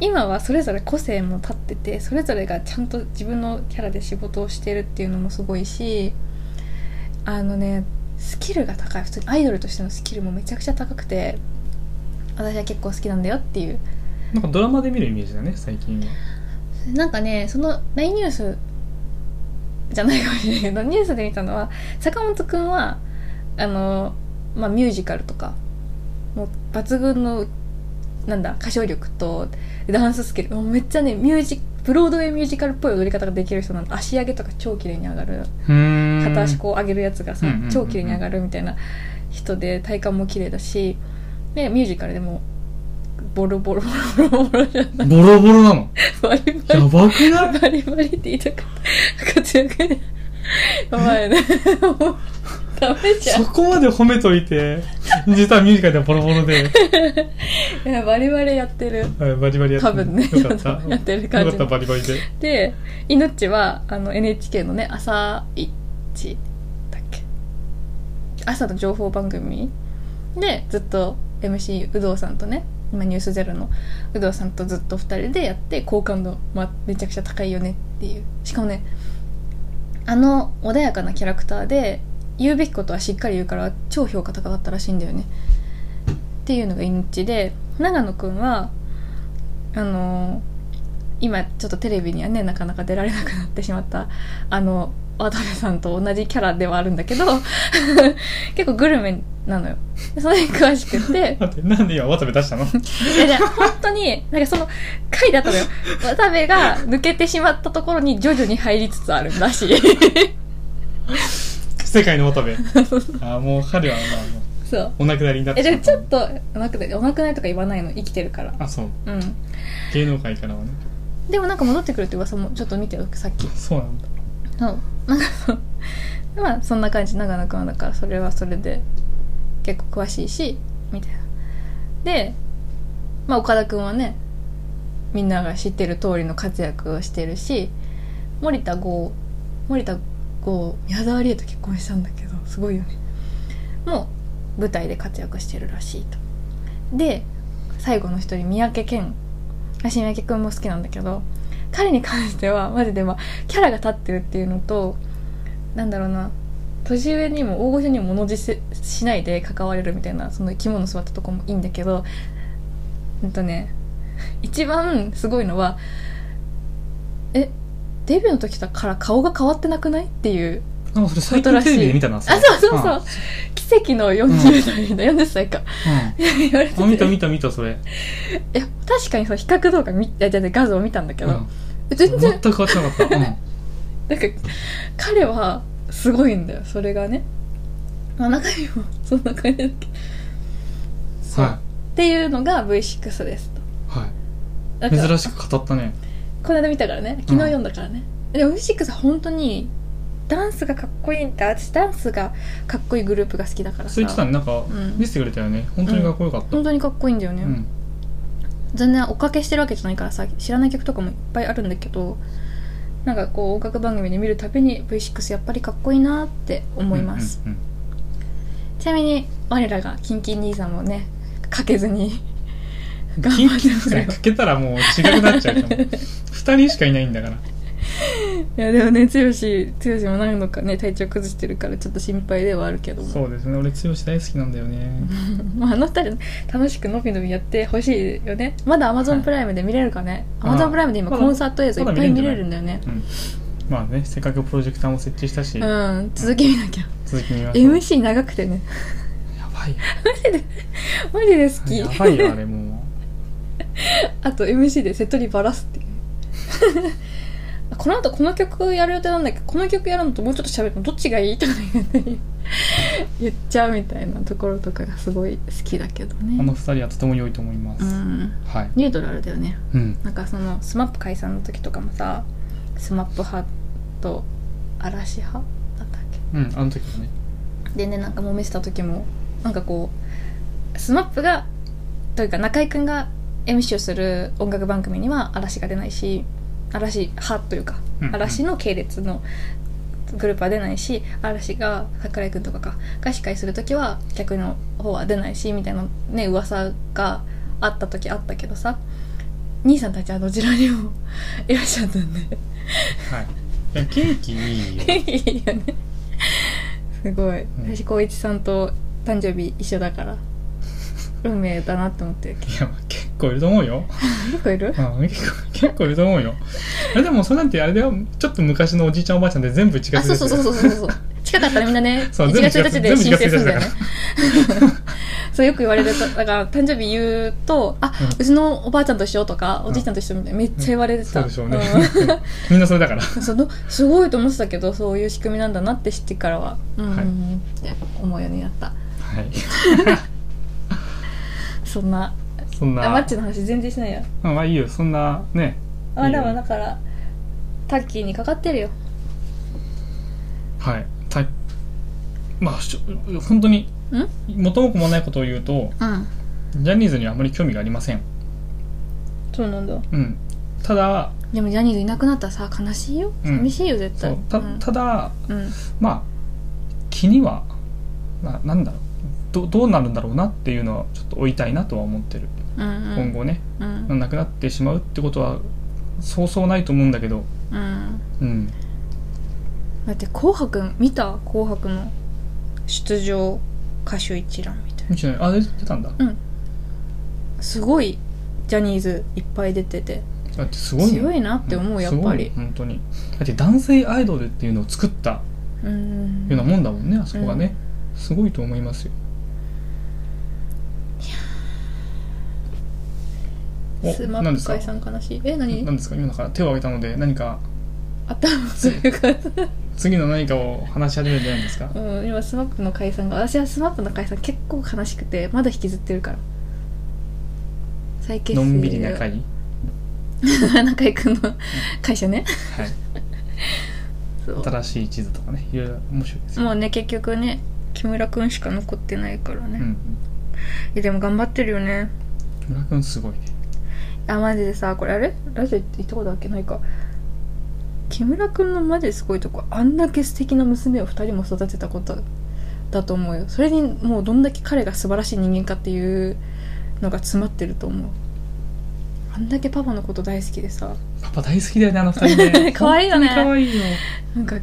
今はそれぞれ個性も立っててそれぞれがちゃんと自分のキャラで仕事をしてるっていうのもすごいしあのねスキルが高い普通にアイドルとしてのスキルもめちゃくちゃ高くて私は結構好きなんだよっていう
なんかドラマで見るイメージだね最近は
なんかねその LINE ニュースじゃないかもしれないけどニュースで見たのは坂本くんはあの、まあ、ミュージカルとかもう抜群のなんだ歌唱力とダンススキルもうめっちゃねミュージブロードウェイミュージカルっぽい踊り方ができる人なの足上げとか超綺麗に上がる
うーん
片足こう上げるやつがさ
うんうんうんうん
超綺麗に上がるみたいな人で体幹も綺麗だしでミュージカルでもボロボロボロボロボロじゃない
ボロボロな の
バリバリ
やばくない
バリバリって言いたかった活躍でやばいねもうダメじゃん
そこまで褒めといて実はミュージカルではボロボロで
いやバリバリやってる
はいバリバリやって
多分ね
よかった
やってる感じ
よかったバリバリで
で「いのち」はあの NHK のね「朝一だっけ朝の情報番組でずっと MC 有働さんとね今「ニュースゼロの有働さんとずっと2人でやって好感度、まあ、めちゃくちゃ高いよねっていうしかもねあの穏やかなキャラクターで言うべきことはしっかり言うから超評価高かったらしいんだよねっていうのがいのちで長野くんはあの今ちょっとテレビにはねなかなか出られなくなってしまったあの渡部さんと同じキャラではあるんだけど 結構グルメなのよでそれに詳しくて
待ってなんで今渡部出したの
いやいや本当になんかその回だったのよ渡部が抜けてしまったところに徐々に入りつつあるらしい
世界の渡部あーもう彼はまあもう
そう
お亡くなりになって
え
し
で
ま
も
っ
ち
た
ょっとお亡くなりお亡くなりとか言わないの生きてるから
あそう
うん
芸能界からはね
でもなんか戻ってくるって噂もちょっと見てよさっき
そうなんだ
そうなんかそうまあそんな感じ長野くんはだからそれはそれで結構詳しいしみたいなでまあ岡田くんはねみんなが知ってる通りの活躍をしてるし森田剛森田剛宮沢りえと結婚したんだけどすごいよねもう舞台で活躍してるらしいとで最後の一人三宅健私三宅くんも好きなんだけど彼に関してはマジでまあキャラが立ってるっていうのとなんだろうな年上にも大御所にも物じせしないで関われるみたいなその着物座ったとこもいいんだけどうんとね一番すごいのはえデビューの時から顔が変わってなくないっていう
なんかそれ最近テレビで見たな。
あそうそうそう
そ
奇跡の40代の40歳か 言われてて
うん。あ、見た見た見た、それ。
いや確かにその比較動画見いやじゃあ画像を見たんだけ
う
ど、
ん。
全
全
然
く変わってなか った。うん。
なんか彼はすごいんだよそれがねまあ中身もそんな感じだっけそう、
は
っていうのが V6 ですと
い。はい。
だから
珍しく語ったね。
この間見たからね昨日読んだからね、でも V6 は本当にダンスがかっこいいんだ私ダンスがかっこいいグループが好きだからさ
そう言ってたね、なんか
ん、
見せてくれたよね。本当にかっこよかった。
本当にかっこいいんだよ
う
ね、
ん。
全然追っかけしてるわけじゃないからさ知らない曲とかもいっぱいあるんだけどなんかこう音楽番組で見るたびに V6 やっぱりかっこいいなって思います、
うん。うん
ちなみに我らがキンキン兄さんもねかけずに
うん
頑
キン
張っ
キ
て
ン
ますよ
かけたらもう違くなっちゃう から。二人しかいないんだから。
いやでもね剛剛も何度かね体調崩してるからちょっと心配ではあるけども
そうですね。俺、剛大好きなんだよね。
まああの二人楽しくのびのびやってほしいよねまだ Amazon プライムで見れるかね、
はい
Amazon プライムで今
まだ
コンサート映像いっぱい見
まだ見れ
れ
るんじゃない
るんだよね
うん。まあね、せっかくプロジェクターも設置したし、
うん続き見なきゃ
続き見ましょう。や
MC 長くてね
ばいよ。
マジで好き
やばいよ、あれも
あと MC でセットにバラすっていう この後この曲やる予定なんだけどこの曲やるのともうちょっと喋るのどっちがいいとか言って言っちゃうみたいなところとかがすごい好きだけど
う。あの
ね
二人はとても良いと思いま
う
す。
ん
はい。
ニュートラルだよね
うん。
なんかその SMAP 解散の時とかもさ SMAP 派と嵐派だったっ
うん、あの時もね。
けでねなんか揉めてた時もなんかこう SMAP がというか中居君が MC をする音楽番組には嵐が出ないし嵐派というか
うん
嵐の系列のグループは出ないし嵐が桜井くんとかかが司会する時は客の方は出ないしみたいなね噂があった時あったけどさ兄さんたちはどちらにも いらっしゃったんで
はい。いや、ケーキ いいよ。
いいよねすごい
ん
私光一さんと誕生日一緒だから運命だなって思ってるけ
いや、結構いると思うよ。
ど結構いる
うん、結構、 結構いると思うよ。あれでも、それなんて、あれだよ、ちょっと昔のおじいちゃんおばあちゃんで全部近
あ
づ
そうそうそうそうそうそう近かったらみんなね
そう
1
全部
月1日で申請するんだよね
全
そうよく言われるとだから誕生日言うと「あ、
う
うんちのおばあちゃんと一緒」とか「おじいちゃんと一緒」みたいなめっちゃ言われてた、
そうでしょうね。 みんなそれだから。
うんそのすごいと思ってたけどそういう仕組みなんだなって知ってからはうんうんうん、
はい
って思うようになった
はい。
そんな
そん
あマッ
な。
チの話全然しないや
うんまあいいよ、そんな、ね。
あ
いい
れ
よ
はだからタッキーにかかってるよ
はい。たまあ、しょ本当に、
ん
元も子もないことを言うと、
うん
ジャニーズにはあまり興味がありません。
そうなんだ
うん。ただ、
でもジャニーズいなくなったらさ悲しいよ
うん
寂しいよ絶
そ
対
う、た
うん
ただ、
うん
まあ、気には、ななんだろうど、どうなるんだろうなっていうのは、ちょっと追いたいなとは思ってる。
うん
今後ね、
うん
なくなってしまうってことは、そうそうないと思うんだけど、
うん
うん。
だって「紅白」見た「紅白」の出場歌手一覧みたい
見てないあ、出出たんだ。
なすごいジャニーズいっぱい出てて
だってすごいね
強いなって思う、
ん
や
す
っ
ご
ぱ
い
り
本当にだって男性アイドルっていうのを作ったよ
うん
うなもんだもんね、あそこがねすごいと思いますよお
スマ
何で
ップ
すか
解散悲しいえ何
何ですか今だから手を挙げたので何か
頭というか、
次の何かを話し始めるんじゃないですか
うん、今スマップの解散が私はスマップの解散結構悲しくてまだ引きずってるから再結
の
成
んびりな会
中居君の会社ね
はい
そう
新しい地図とかねいろいろ面白いですよ、
もうね結局ね木村君しか残ってないからね、
う
い
ん、
やでも頑張ってるよね
木村君すごいね
あマジでさこれあれラジオ行ったことだっけないか木村君のマジですごいとこあんだけ素敵な娘を2人も育てたことだと思うよそれにもうどんだけ彼が素晴らしい人間かっていうのが詰まってると思うあんだけパパのこと大好きでさ
パパ大好きだよねあの二人ね
可愛いよね
本当に可愛いよ
なんか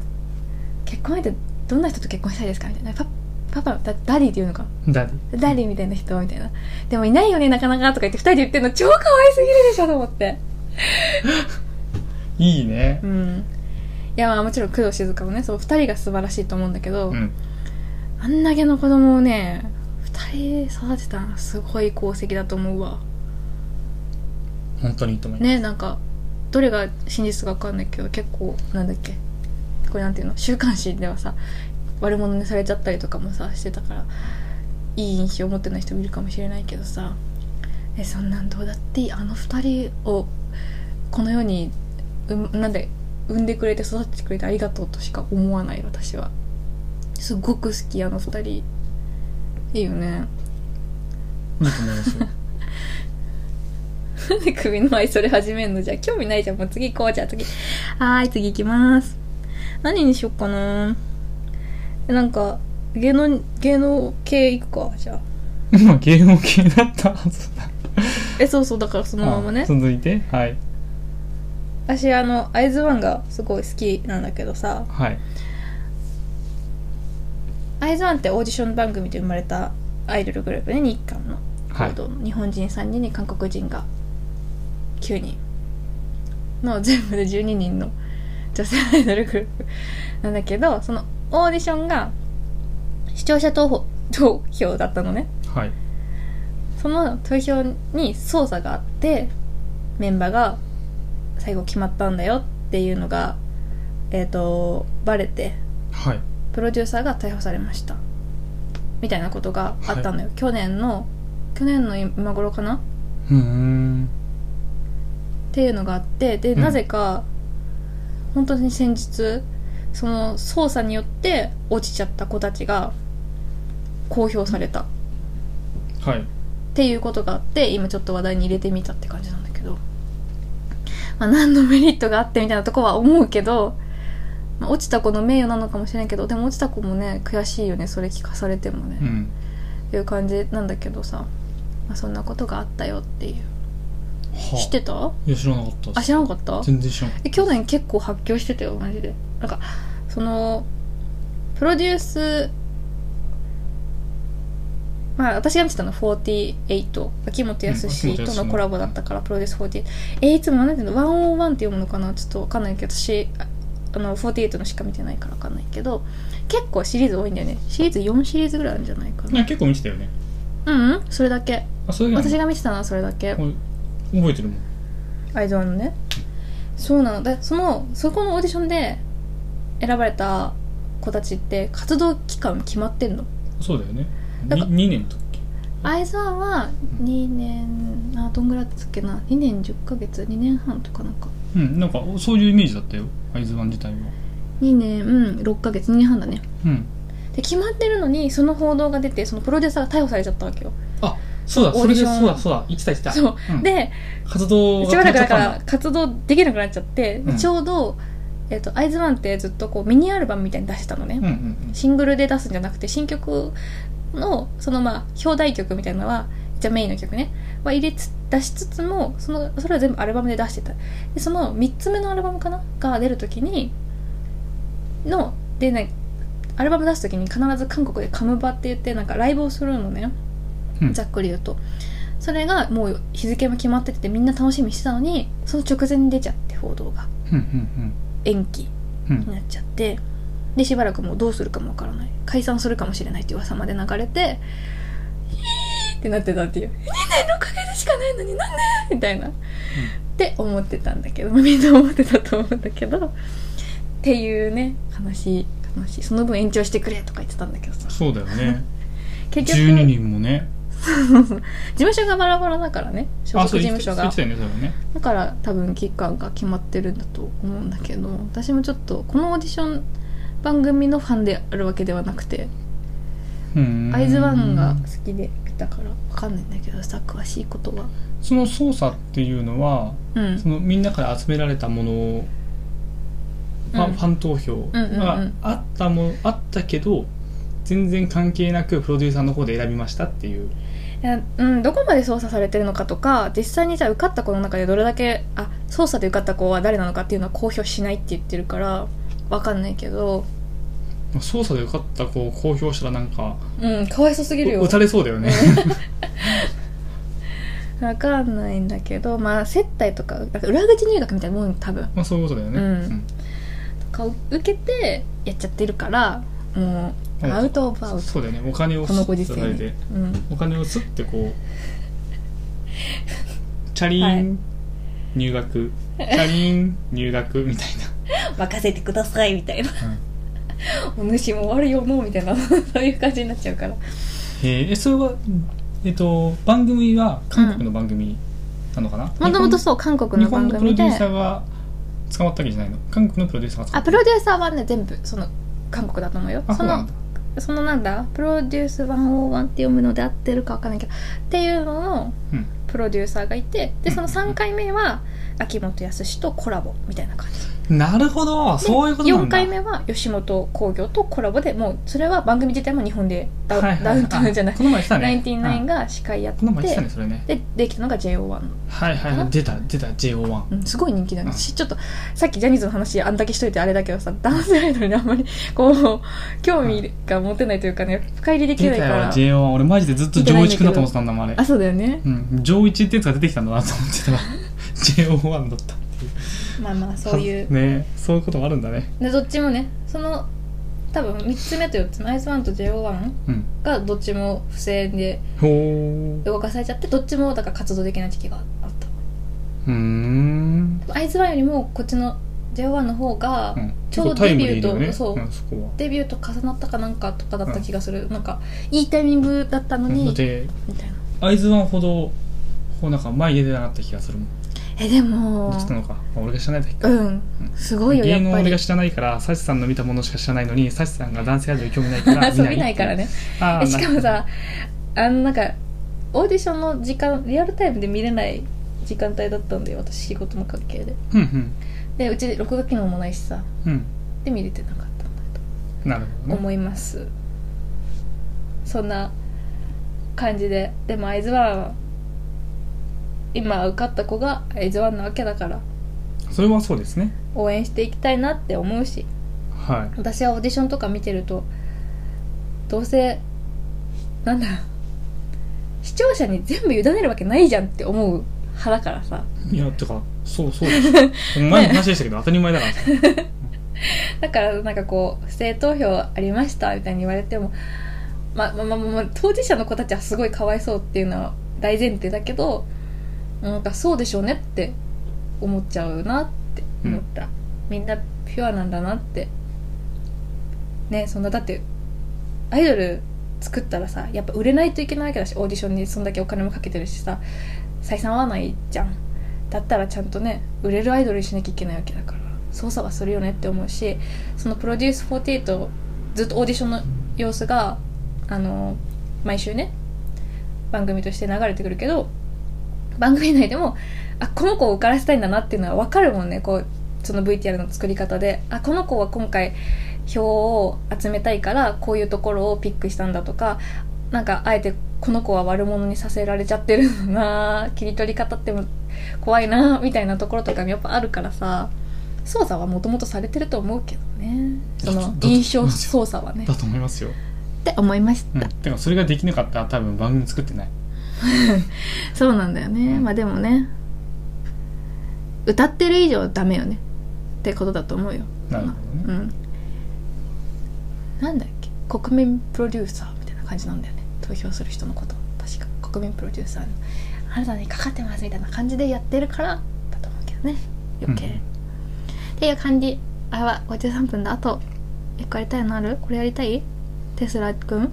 結婚相手どんな人と結婚したいですかみたいなパパパダダディっていうのか
ダディ
ダディみたいな人みたいなでもいないよねなかなかとか言って2人で言ってるの超可愛すぎるでしょと思って
いいね
うんいやまあもちろん工藤静香もねそう2人が素晴らしいと思うんだけど、
うん
あんだけの子供をね2人育てたのすごい功績だと思うわ
本当にいいと思います、
ねなんかどれが真実か分かんないけど結構なんだっけこれなんていうの週刊誌ではさ悪者にされちゃったりとかもさしてたからいい印象を持ってない人もいるかもしれないけどさえそんなんどうだっていいあの二人をこの世にうんなんで産んでくれて育ててくれてありがとうとしか思わない私はすごく好きあの二人いいよね
いいと思いますよ
なんで 首の愛それ始めんのじゃあ興味ないじゃんもう次行こうじゃあ次はーい次行きます何にしよっかなえなんか芸能芸能系行くかじゃあ
今芸能系だったはずだ
えそうそうだからそのまま
あ
ね
続いてはい
私あの会津湾がすごい好きなんだけどさ
はい
会津湾ってオーディション番組で生まれたアイドルグループね日韓の
はい
報道の日本人3人に韓国人が9人の全部で12人の女性アイドルグループなんだけどそ のオーディションが視聴者投票投票だったのね
はい
その投票に操作があってメンバーが最後決まったんだよっていうのが、えー、とバレて
はい
プロデューサーが逮捕されましたみたいなことがあったのよ、去年の去年の今頃かな
うーん
っていうのがあってで
うん
なぜか、本当に先日その捜査によって落ちちゃった子たちが公表されたっ
はい
ていうことがあって今ちょっと話題に入れてみたって感じなんだけど、まあ、何のメリットがあってみたいなとこは思うけど、まあ、落ちた子の名誉なのかもしれないけどでも落ちた子もね悔しいよねそれ聞かされてもね、
う
っ
ん
ていう感じなんだけどさ、まあ、そんなことがあったよっていう
は
知ってた
いや知らなかったで
あ
す
知らなかった
全然知らなかっ
え去年結構発狂してたよマジでなんかそのプロデュースまあ私が見てたのは48秋元康とのコラボだったから、プロデュース48えいつもなんていうの101って読むのかなちょっとわかんないけど私ああの48のしか見てないからわかんないけど結構シリーズ多いんだよねシリーズ4シリーズぐらいあるんじゃないか
たい
な
や結構見てたよね
うん、うん、それだけ
あそれが
私が見てたのはそれだけ
覚えてるもん
アイドルのねそうなのでそのそこのオーディションで選ばれた子たちって活動期間決まってんの
そうだよね
なんか
に2年とっけ
アイズワンは2年あどんぐらいだったっけな2年10ヶ月2年半とかなんか
うんなんかそういうイメージだったよ会津湾自体は
2年、うん、6ヶ月2年半だね
うん
で決まってるのにその報道が出てそのプロデューサーが逮捕されちゃったわけよ
あそうだ
そう
それで
オーディション
そうだそうだ言ってた言ってた
そう、
ん
で
活動が
しばらくだか
止まっちゃっ
ら活動できなくなっちゃって、
うん
ちょうど、えっとアイズワンってずっとこうミニアルバムみたいに出してたのね、
たんだうんうん
シングルで出すんじゃなくて新曲のそのまあ表題曲みたいなのはじゃあメインの曲ねは入れつ出しつつもそのそれは全部アルバムで出してたでその3つ目のアルバムかなが出る時にのでねアルバム出す時に必ず韓国でカムバって言ってなんかライブをするのね、
うん
ざっくり言うとそれがもう日付も決まっててみんな楽しみにしてたのにその直前に出ちゃって報道が
うんうん
延期
うんうん
になっちゃってでしばらくもうどうするかもわからない解散するかもしれないっていう噂まで流れて「ってなってたっていう「2年6ヶ月しかないのになんで?」みたいな、って思ってたんだけどみんな思ってたと思うんだけどっていうね悲しい悲しいその分延長してくれとか言ってたんだけどさ
そうだよね
結局
12人もね
事務所がバラバラだからね所
あ
属
そう
事
言っ
務
て
所
た
が
言ってたよねそれはね
だから多分期間が決まってるんだと思うんだけど私もちょっとこのオーディション番組のファンであるわけではなくて
うーん
会津ワンが好きで見たからわかんないんだけどさ詳しいことは
その操作っていうのは
うん
そのみんなから集められたものを、まあ
うん
ファン投票
うんうんうん
があったものあったけど全然関係なくプロデューサーの方で選びましたっていう
いやうん、どこまで操作されてるのかとか実際にじゃあ受かった子の中でどれだけあ操作で受かった子は誰なのかっていうのは公表しないって言ってるからわかんないけど
操作で受かった子を公表したらなんか
うんかわいそうすぎるよ
打たれそうだよね
わかんないんだけどまあ接待とかなんか裏口入学みたいなもん多分
まあそういうことだよね、
うん
うん
とかを受けてやっちゃってるからもうアウト・オブ・アウト
そうだよねお金を
この
す
ご
っ
時
て
世
叩い
に、
て
うん、
お金をすって こうチャリーン、入学チャリーン入学みたい
任せてくださいみたいな
な、うん
お主も悪いよもう みたいなそういう感じになっちゃうから
えーえそれはえっ、と番組は韓国の番組なのかな
もともとそう韓国
日
の
本
番
のプロ
組
デ
で
ューサーが捕まったわけじゃないの韓国のプロデューサーが捕ま
あ
っ
プ
た
ロデューサーはね全部その韓国だと思うよ
あ
そ
そうな
の
んだ
そのなんだプロデュース101って読むので合ってるか分かんないけどっていうのの
うん
プロデューサーがいてでそ
う
の
ん
3回目は秋元康とコラボみたいな感じ
なるほどそういうことなん
4
だ
回目は吉本興業とコラボでもうそれは番組自体も日本でダウ,、
はいはい
ダウンタウンじゃない
あこの前した
ナイ
ね
ンティナイン
が
が司会やって
この前したねそれね
でできたのが JO1 の
はいはい
か
は
ない
出た出た JO1
うん、すごい人気だね、
うん
しちょっとさっきジャニーズの話あんだけしといてあれだけどさ男性アイドルにあんまり こう興味が持てないというかね深入りでき
出
ない
た
か
よ
ら
JO1 俺マジでずっと上一くんだと思ってたんだもんあれ
あそうだよね
うん上一ってやつが出てきたんだなと思っ てたら JO1 だったっていう
まあまあそういう
ねそういうこともあるんだね
でどっちもねその多分3つ目と4つ目アイスワンと JO1
うん
がどっちも不正で
ほー
動かされちゃってどっちもだから活動できない時期があっ
うーん
たアイスワンよりもこっちの JO1 の方が、
うん
ちょうどデビュ
結構タイム
ーと
リーだよね
そうん
そこは
デビューと重なったかなんかとかだった気がする、なんかいいタイミングだったの
うん
に、
だって
みたいな
会津湾ほどこうなんか前に出てなかった気がするもん
えでも
どっちなのか、まあ俺が知らないだけか、
うんすごいよや
芸
っ
能
ぱ
俺が
り
知らないからサチさんの見たものしか知らないのにサチさんが男性アイドル興味ないから見
遊
ない
びないからね
あ
え
ー
しかもさあのなんかオーディションの時間リアルタイムで見れない時間帯だったんだよ私仕事の関係で
うんうん
でうち録画機能もないしさ
うん
で見れてなかったんだと
なるほどね
思います、そんな感じででも会津は今受かった子が会津ワンなわけだから
それはそうですね
応援していきたいなって思うし
は
私はオーディションとか見てるとどうせなんだろう視聴者に全部委ねるわけないじゃんって思う派だからさ
いいやてかそうそうです前の話でしたけど当たり前だから さ
だからなんかこう不正投票ありましたみたいに言われてもまあまあまあ、まあ、当事者の子たちはすごいかわいそうっていうのは大前提だけどなんかそうでしょうねって思っちゃうなって思った、みんなピュアなんだなってねそんなだってアイドル作ったらさやっぱ売れないといけないわけだしオーディションにそんだけお金もかけてるしさ採算合わないじゃんだったらちゃんとね売れるアイドルにしなきゃいけないわけだから操作はするよねって思うしそのプロデュース48をずっとオーディションの様子があの毎週ね番組として流れてくるけど番組内でもあこの子を受からせたいんだなっていうのは分かるもんねこうその VTR の作り方であこの子は今回票を集めたいからこういうところをピックしたんだとかなんかあえてこの子は悪者にさせられちゃってるんだな切り取り方っても怖いなみたいなところとかもやっぱあるからさ操作はもともとされてると思うけどね
だ
その
と
印象操作はね
だと思いますよ、
って思いまし
うん、
た、
てかそれができなかったら多分番組作ってない
そうなんだよねまあでもね歌ってる以上ダメよねってことだと思うよ
なるほど
う
ね
んなんだっけ国民プロデューサーみたいな感じなんだよね投票する人のこと確か国民プロデューサーのあなたにかかってますみたいな感じでやってるからだと思うけどね余計、
うん
っていう感じあれは53分だあと1個やりたいのあるこれやりたいテスラくん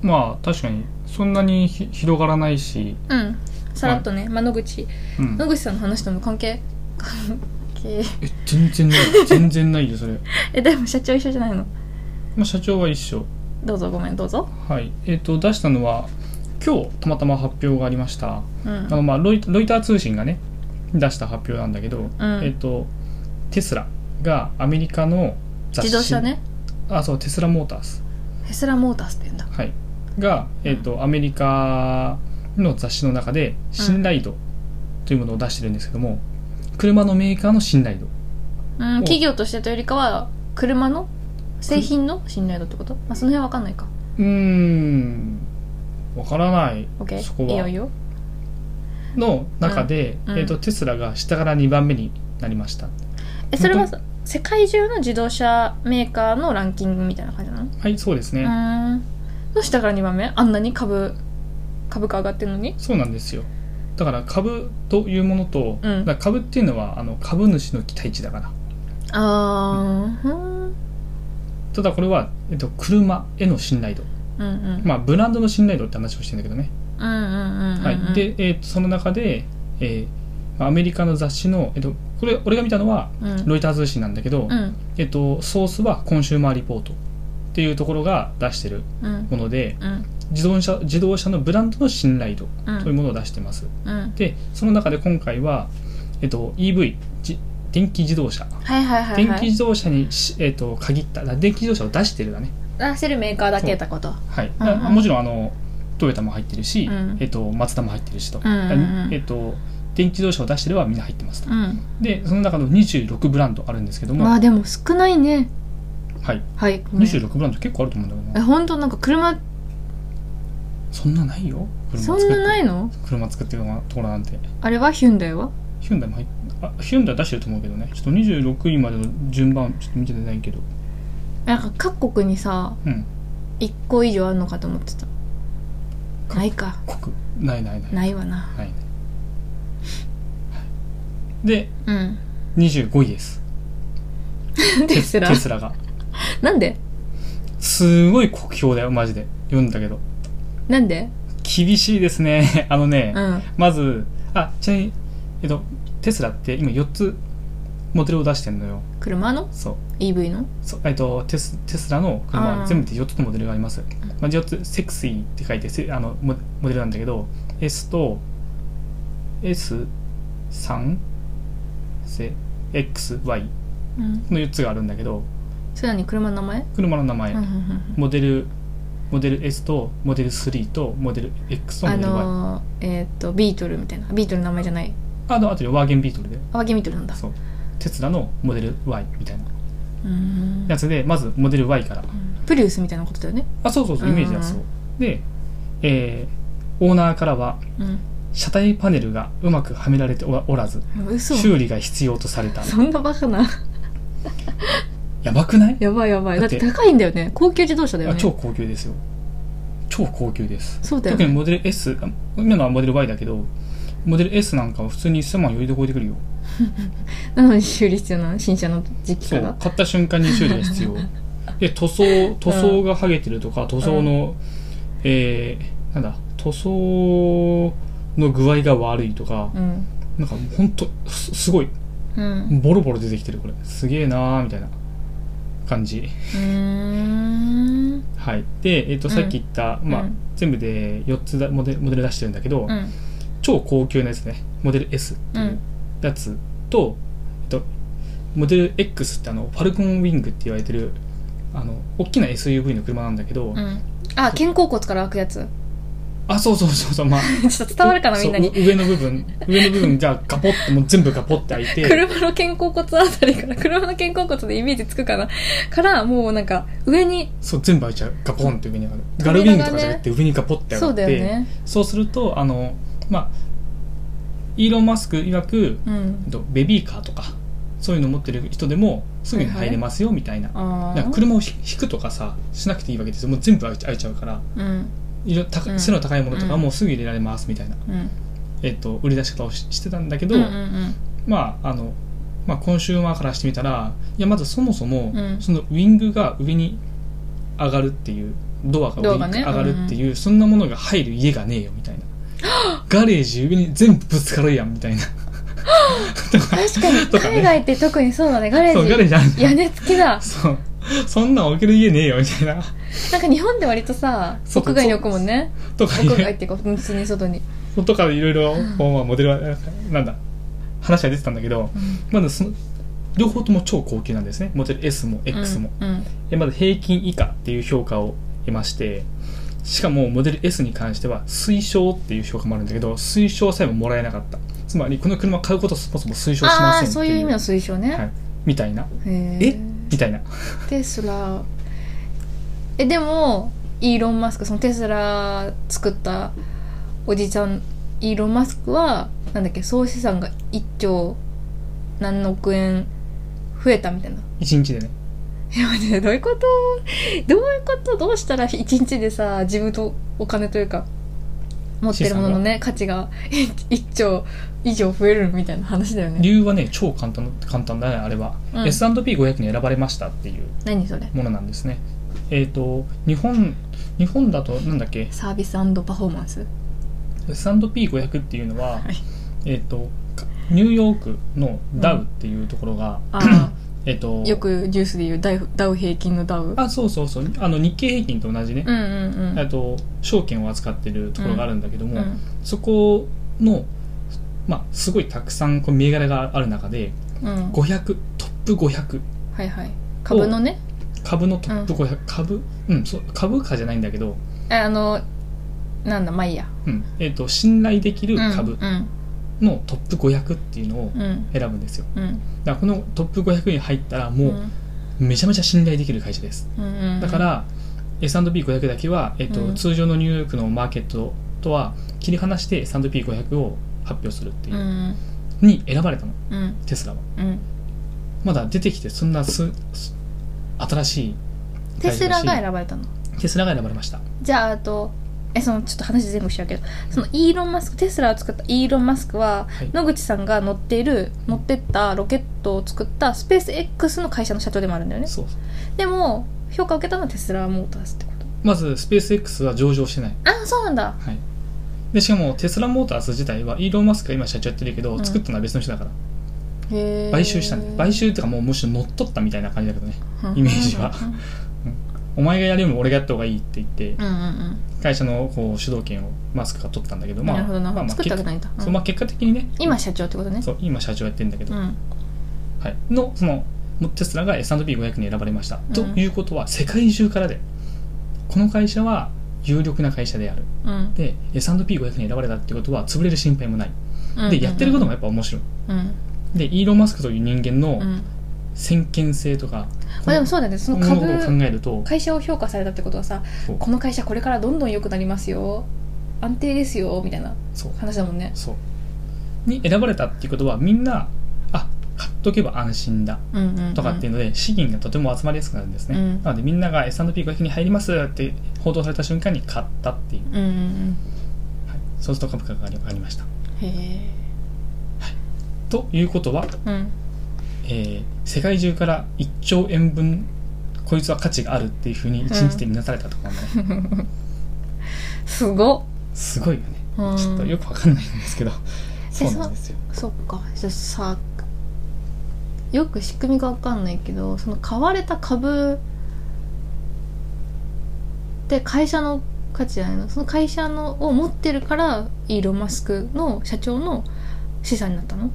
まあ確かにそんなにひ広がらないし、
うんさらっとね、まあ野口
うん、
野口さんの話とも関係関係
え全然ない全然ないよそれ、
えでも社長一緒じゃないの
まあ、社長は一緒
どうぞごめんどうぞ
はいえっ、と出したのは今日たまたま発表がありました
うん
あの、まあ、ロイロイター通信がね出した発表なんだけど、えっ、とテスラがアメリカの雑誌
自動車ね
あそうテスラモータース
テスラモータースって言うんだ
はいが、えっとアメリカの雑誌の中で信頼度というものを出してるんですけども、車のメーカーの信頼度
うん企業としてというよりかは車の製品の信頼度ってこと、まあ、その辺は分かんないか
うーんわからないそ
OK
こ
いいよ
はい
いよ
の中で、
うんうん
えー、とテスラが下から2番目になりました
えそれはさ世界中の自動車メーカーのランキングみたいな感じなの
はいそうですね、
うーんの下から2番目あんなに株株価上がってるのに
そうなんですよだから株というものと、
うん
だから株っていうのはあの株主の期待値だから
ああうん
ただこれは、えっと、車への信頼度、
うんうん
まあ、ブランドの信頼度って話をしてるんだけどね、
うんうんうんうん
はい、で、えっと、その中で、えーまあアメリカの雑誌の、えっと、これ俺が見たのは
うん
ロイター通信なんだけど、
うん
えっと、ソースはコンシューマーリポートっていうところが出してる
うん
もので
うん
自動車自動車のブランドの信頼度
う
というんものを出してます、
うん
でその中で今回は、えっと、EV じ電気自動車
はいはいはい
電
は
気
い
自動車にし、えっと限っただ電気自動車を出してるだね、
出してるメーカーだけってこと
はい
うんうん
だもちろんあのトヨタも入ってるし、
うん
えっとマツダも入ってるしと、
んうんうん
えっと電気自動車を出してればみんな入ってますと
うん
でその中の26ブランドあるんですけども、
まあでも少ないね
はい、
はいごめん
26ブランド結構あると思うんだけどな
え本当なんか車
そんなないよ車
そ
作って
んなないの
車作ってるようなところなんて
あれはヒュンダイは
ヒュンダイも入っあヒュンダイ出してると思うけどねちょっと26位までの順番ちょっと見てないけど
なんか各国にさ
うん
1個以上あるのかと思ってたないか
国ないないない
ないわな
ないで
うん
25位です
テスラ
テスラが
なんです
ごい酷評だよマジで読んだけど
なんで
厳しいですね あのね、
うん
まずあちなみにえっとテスラって今4つモデルを出してんのよ
車の
そう
EV の
そうえっと、テステスラの
あ
車
ー
全部で4つのモデルがあります、まあ、4つセクシーって書いてせあのモモデルなんだけど S と S3XY
うん
の4つがあるんだけど
それなに車の名前
車の名前、
うんうんうん
モデルモデル S とモデル3とモデル X と
あ
モデル Y、あ
のー、えっ、とビートルみたいなビートルの名前じゃない
あとあとでワーゲンビートルで
あワゲビートルなんだ
そうテスラのモデル Y みたいな
うーん
やつでまずモデル Y から
プリウスみたいなことだよね
あそうそうそうイメージだそう
うん
で、えーオーナーからは
う
車体パネルがうまくはめられておおらず
ん嘘
修理が必要とされた
そんなバカな
やばくない
やばいやばいだ
だ
っ
ってて
高いんだよね高級自動車だよ
あ
ね
超高級ですよ超高級です
そうだよ
特に
ね
モデル S あ今のはモデル Y だけどモデル S なんかは普通に1000万余裕で超えてくるよ
なのに修理必要なの新車の時期
そ
か
う
ら
買った瞬間に修理が 必要で塗装塗装が剥げてるとか塗装の、えーなんだ塗装の具合が悪いとか
うん
なんかもうほんとすすごい
うん
ボロボロ出てきてるこれすげえなーみたいな感じ
うーん
はいで、えっと
うん
さっき言った、まあ
うん
全部で4つだモデルモデル出してるんだけど、
うん
超高級なやつねモデル S って
う
いうんやつと、えっと、モデル X ってあのファルコンウィングって言われてるあの大きな SUV の車なんだけど、
うんあ肩甲骨から開くやつ
あそうそうそうそうまあ
ちょっと伝わるかなみんなに
そうう上の部分上の部分がガポッてもう全部ガポッて開いて
車の肩甲骨あたりから車の肩甲骨でイメージつくかなからもうなんか上に
そう全部開いちゃうガポンって上に上がるガルウ
扉
ィング
がね
とかじゃなくて上にガポッて上がって
そうだよね
そうするとあのまあイーロン・マスク曰く
うん
えっとベビーカーとかそういうの持ってる人でもすぐに入れますよみたいな,、
あ
なんか
あ
車をひ引くとかさしなくていいわけですよもう全部開いちゃ開いちゃうから
うん
いろ高
うん
背の高いものとか
うん
もうすぐ入れられますみたいな、
うん
えっと売り出し方をししてたんだけ
う
ど、
んうん
まああのまあ、コンシューマーからしてみたらいやまずそもそも、
うん
そのウィングが上に上がるっていうドアが
ド
上
ア
に
がね
上がるっていう、そんなものが入る家がねえよみ たいなガレージ上に全部ぶつかるやんみたいなとか
確かに
とかね
海外って特にそうだねガレ
そうガレ
ー
ージある
ジ屋根付きだ
そうそんなん置ける家ねえよみたいな
なんか日本で割とさ
そう
屋外に置くもんね
とか
屋外っ
ね
て いうか普通に外に
とかいろいろこうまあモデルはなんだ話が出てたんだけどまずその両方とも超高級なんですねモデル S も X も、
うん
えまず平均以下っていう評価を得ましてしかもモデル S に関しては推奨っていう評価もあるんだけど推奨さえももらえなかったつまりこの車を買うことをそもそも推奨しま
あ
せん
あ
っていう
そういう意味の推奨
は
ね
い、みたいなえ
え
みたいな
テスラえでもイーロン・マスクそのテスラ作ったおじちゃんイーロン・マスクはなんだっけ総資産が1兆何億円増えたみたいな
一日でね
え待ってどういうことどういうことどうしたら一日でさ自分とお金というか持ってるもののね価値が1兆以上増えるみたいな話だよね
理由はね超簡単簡単だねあれは、
うん
S&P500 に選ばれましたっていう
何それ
ものなんですねえっ、と日本日本だとなんだっけ
サービスパフォーマンス
S&P500 っていうのは、
はい
えっ、とかニューヨークのダウっていうところが、
あ
えっ、と
あよくジュースで言うダウダウ平均のダウ
あそうそうそうあの日経平均と同じね
う、んうんうん
えっと証券を扱ってるところがあるんだけども、
うん
そこの、まあ、すごいたくさんこう銘柄がある中で
うん
500トップ500
はいはい株のね
株のトップ500、株、うん、そう株価じゃないんだけど、
ああのなんだまあいいや
うんえっと信頼できる株
うん
のトップ500っていうのを
うんうん
選ぶんですよ
うん
だからこのトップ500に入ったらも
ん
うめちゃめちゃ信頼できる会社です
うんうん
だから S&P500 だけは、えっと
うん
通常のニューヨークのマーケットとは切り離して S&P500 を発表するっていうう、
ん
に選ばれたの
うん
テスラは
うん
まだ出てきてそんなすす新しい
テスラ
会社だ
が
し
選ばれたの
テスラが選ばれました
じゃああとえそのちょっと話全部しちゃうけどそのイーロン・マスクテスラを作ったイーロン・マスク
は
は、
い
野口さんが乗っている乗ってったロケットを作ったスペース X の会社の社長でもあるんだよね
そう
でも評価を受けたのはテスラモーターズってこと
まずスペース X は上場してない、
ああそうなんだ
はい、でしかもテスラモーターズ自体はイーロン・マスクが今社長やってるけど、
うん
作ったのは別の人だから
へー
買収したんで買収っていうかもうむしろ乗っ取ったみたいな感じだけどねイメージはお前がやるよりも俺がやった方がいいって言って
うんうんうん
会社のこう主導権をマスクが取ったんだけどまあ
なるほどな
まあまあ
作ったわけないんだ、うん
そうまあ結果的にね
今社長ってことね
そう今社長やってるんだけど、
うん
はい、のそのテスラが S&P500 に選ばれました、
うん
ということは世界中からでこの会社は有力な会社である
うん
で S&P500 に選ばれたってことは潰れる心配もない
うん
でやってることもやっぱ面白い
うん
でイーロン・マスクという人間
う
の
ん
先見性とか、
まあでもそうだよねその
今後のことを
株
考えると
会社を評価されたってことはさ
そう
この会社これからどんどん良くなりますよ安定ですよみたいな
そう
話だもんね
そうに選ばれたっていうことはみんなあ買っとけば安心だ
うんうんうん
とかっていうので資金がとても集まりやすくなるんですね、
うん
なのでみんなが S&P500 に入りますって報道された瞬間に買ったっていう
うんうん
はい、そうすると株価が上がりました。
うんへ
ということは、
えうん
えー世界中から1兆円分こいつは価値があるっていうふうに一日で見なされたところもね、
すご
すごいよね
うん
ちょっとよくわかんないんですけど、そうなんですよ
そっかじゃあさよく仕組みが分かんないけどその買われた株って会社の価値じゃないのその会社のを持ってるからイーロン・マスクの社長の資産になったの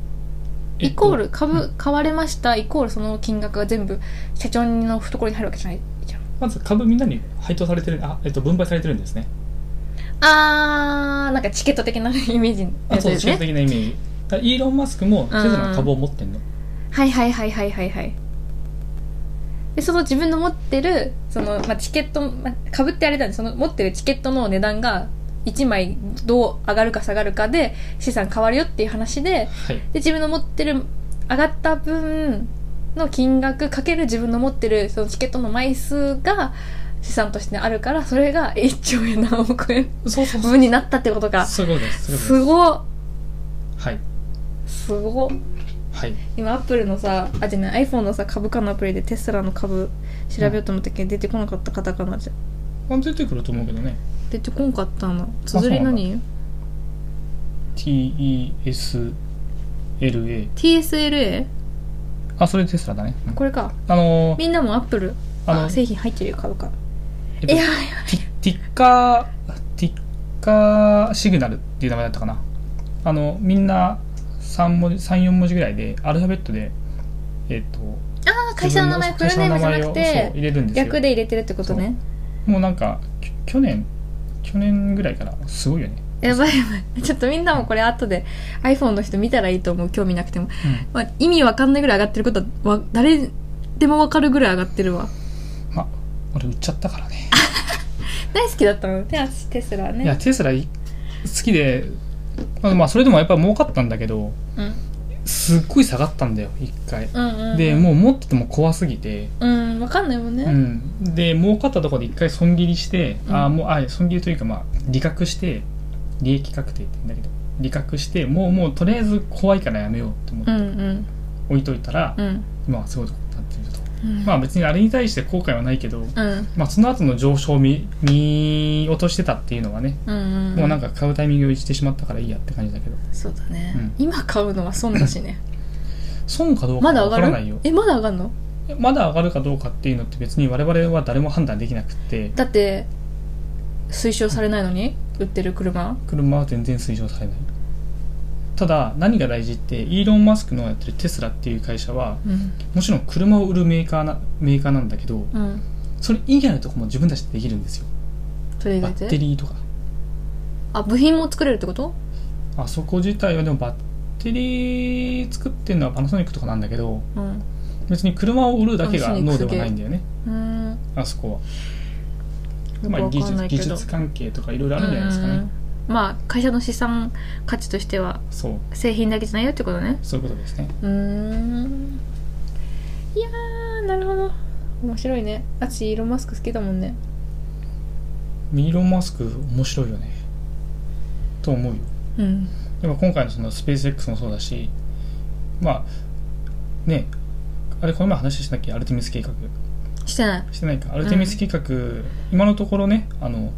えっ
イ
と
コール
う
株買われましたイコールその金額が全部社長の懐に入るわけじゃないじゃん
まず株みんなに配当されてるあ、えっと、分配されてるんですね
あーなんかチケット的なイメージの
あ
やつ
そう
です
中
ね
的なイメージだからイーロン・マスクもテスラの株を持ってんの、
はいはいはいはいはいはいでその自分の持ってるその、まあ、チケット、まあ、株ってあれだねその持ってるチケットの値段が1枚どう上がるか下がるかで資産変わるよっていう話で
はい
で自分の持ってる上がった分の金額かける自分の持ってるそのチケットの枚数が資産としてあるからそれが1兆円何億円
そうそうそう
分になったってことか
そういうことですそういうこと
すごっ
ですはい
すごっ
はい
今アップルのさあじゃない iPhone のさ株価のアプリでテスラの株調べようと思ったけど出てこなかったカタカナじゃ
まあ出てくると思うけどね
出てこんかったの綴り何
TESLA
?TSLA?
あそれテスラだね、うん
これか
あのー
みんなもアップル
あの
あ製品入ってるよ株価
えっ
い
と
やいや
ティティッカーティッカーシグナルっていう名前だったかなあのみんな3文字34文字ぐらいでアルファベットでえっ、と
あー会社の名前フル
自
ネー
分の
ムじゃ
会社の名前
な
をそう
くて
入れるんですよ
略で入れてるってことね
もうなんかき去年去年ぐらいからすごいよね、
やばいやばいちょっとみんなもこれ後で iPhone の人見たらいいと思う興味なくても、まあ、意味わかんないぐらい上がってることはわ誰でもわかるぐらい上がってるわ
うん、まあ俺売っちゃったからね
大好きだったのね私テスラ
いや
ね
テスラい好きでまあまあそれでもやっぱり儲かったんだけど
うん
すっごい下がったんだよ一回
うんうん
でもう持ってても怖すぎて、
うんわかんないもんね、
うん、で儲かったところで一回損切りして、
うん
あーもうあ損切りというかまあ利確して利益確定って言うんだけど利確してもうもうとりあえず怖いからやめようと思っ
う
て
んうん
置いといたら、
うん
今はすごいとこになっていると、
うん
まあ別にあれに対して後悔はないけど、
うん
まあ、その後の上昇を見見落としてたっていうのはね、
うんうん
もうなんか買うタイミングを逸してしまったからいいやって感じだけど
そうだね、
うん
今買うのは損だしね
損かどうか
まだ
わ
上
か
が
ら
る
ないよ
えまだ上がるの
まだ上がるかどうかっていうのって別に我々は誰も判断できなくって
だって推奨されないのに売ってる車
車は全然推奨されないただ何が大事ってイーロン・マスクのやってるテスラっていう会社は
うん
もちろん車を売るメーカーなメーカーなんだけど
うん
それ以外のとこも自分たちでできるんですよ
それ以
バ
外
ッテ
で
リーとか
あ部品も作れるってこと
あそこ自体はでもバッテリー作ってるのはパナソニックとかなんだけど
うん
別に車を売るだけが
パナソニック
脳
す
で
げえ
はないんだよね
うんよ
あそこ
く
は、まあ、
わ
技
かんな
術
い
技
けど
術関係とかいろいろあるんじゃないですか
うんう
ね
んまあ会社の資産価値としては
そう
製品だけじゃないよってことね
そういうことですね
うーんいやーなるほど面白いねあちイーロン・マスク好きだもんね
イーロン・マスク面白いよねと思うよ
うん
でも今回のそのスペース X もそうだしまあねあれこの前話したっけアルテミス計画
してない
してないかアルテミス計画、今のところねあの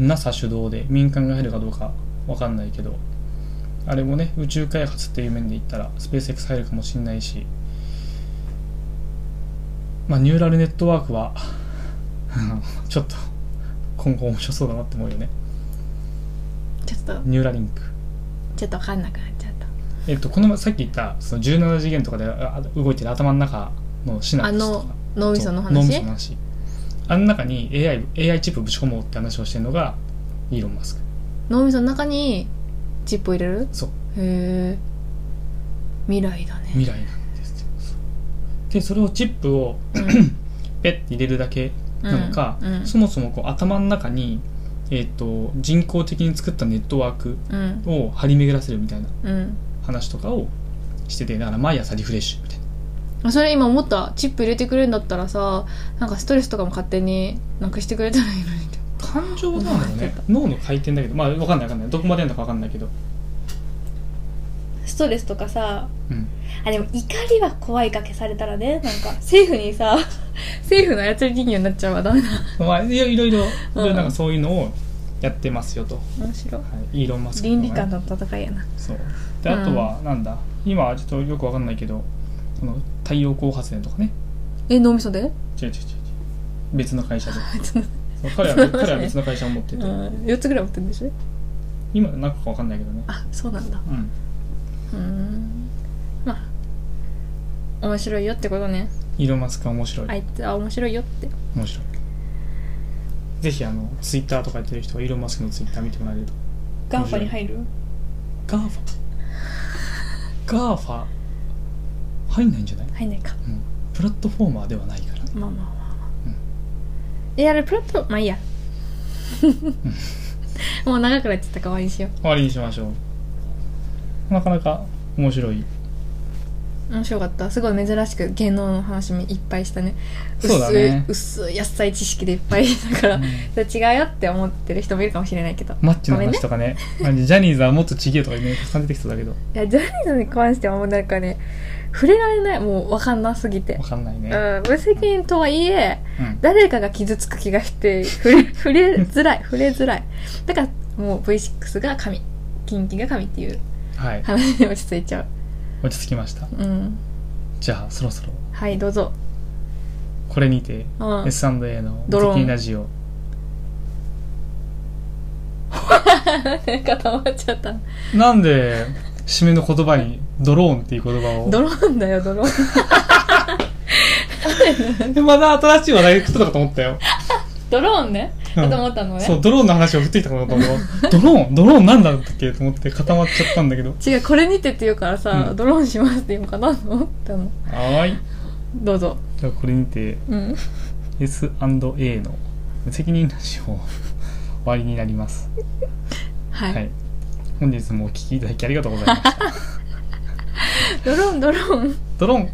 NASA 主導で民間が入るかどうかわかんないけどあれもね宇宙開発っていう面で言ったらスペース X 入るかもしれないしまあニューラルネットワークは ちょっと今後面白そうだなって思うよね
ちょっと
ニューラリンク
ちょっと分かんなくなっちゃった
えっと、この前さっき言ったその17次元とかであ動いてる頭の中のシナ
あ
プスと
の
か
脳みその
そう脳み
話
その話あの中に AI, AI チップぶち込もうって話をしてるのがイーロン・マスク
脳みその中にチップを入れる
そう
へえ未来だね
未来なんですよそうでそれをチップを ペッて入れるだけなのか、
うんうん
そもそもこう頭の中に、えっと人工的に作ったネットワーク
うん
を張り巡らせるみたいな
うん
話とかをしててだから毎朝リフレッシュみたいな
それ今思ったチップ入れてくれるんだったらさなんかストレスとかも勝手に なくしてくれたらいいのにって
感情なんだろうね脳の回転だけどまあ分かんない分かんないどこまでやるのか分かんないけど
ストレスとかさ
うん
あでも怒りは怖いかけされたらねなんか政府にさ 政府の操り人形になっちゃうわダメだ
まあいろいろいろいろいろなん
う
か
ん
そういうのをやってますよと、は
面白い
い、イーロン・マスクとかね
倫理観の戦いやな
そうであとはなんだ、今はちょっとよく分かんないけどこの太陽光発電とかね
え脳みそで
違う違う違う違う 別の会社でそう彼は彼は別の会社を持ってて、
うん4つぐらい持ってるんでしょ
今なんか分かんないけどね
あそうなんだ
うん
うーんまあ面白いよってことね
イーロン・マスクは面白い、
あいつは面白いよって
面白いぜひあのツイッターとかやってる人はイーロン・マスクのツイッター見てもらえると
ガンファに入る
ガーファガーファ入んないんじゃない
入んないか
プラットフォーマーではないから
まあまあまあまあ、
うん
えあれプラットまあいいやもう長くなっちゃったか終わりにしよ
終わりにしましょうなかなか面白いう
面白かったすごい珍しく芸能の話もいっぱいしたね
そうだね
薄い薄い野菜知識でいっぱいだから、
うん
それ違うよって思ってる人もいるかもしれないけど
マッチの
ごめん
話
ね
とかねマジジャニーズはもっとちげえとかねたくさん出てきそうだけど
いやジャニーズに関してはもうなんかね触れられないもう分かんなすぎて
わかんないね、
うん無責任とはいえ
うん
誰かが傷つく気がして触れ触れづらい触れづらいだからもう V6 が神キンキが神っていう
はい
話で落ち着いちゃう
落ち着きました
うん
じゃあそろそろ
はいどうぞ
これにて
うん
S&A の「
ドローン
無敵ラジオ
なんか溜まっちゃった」
なんで締めの言葉に「ドローン」っていう言葉を
ドローンだよドローン
えまだ新しい話題来たのかと思ったよ
ドローンね
うん
だと思ったのね
そうドローンの話を振ってきたかと思ったド ローンドローンなんだったっけと思って固まっちゃったんだけど
違うこれにてって言うからさ、
うん
ドローンしますって言うのかなと思ったの
はーい
どうぞ
じゃあこれにて
うん
S&A の無責任ラジオを終わりになります
はい、
はい本日もお聞きいただきありがとうございました
ドローンドローン
ドロン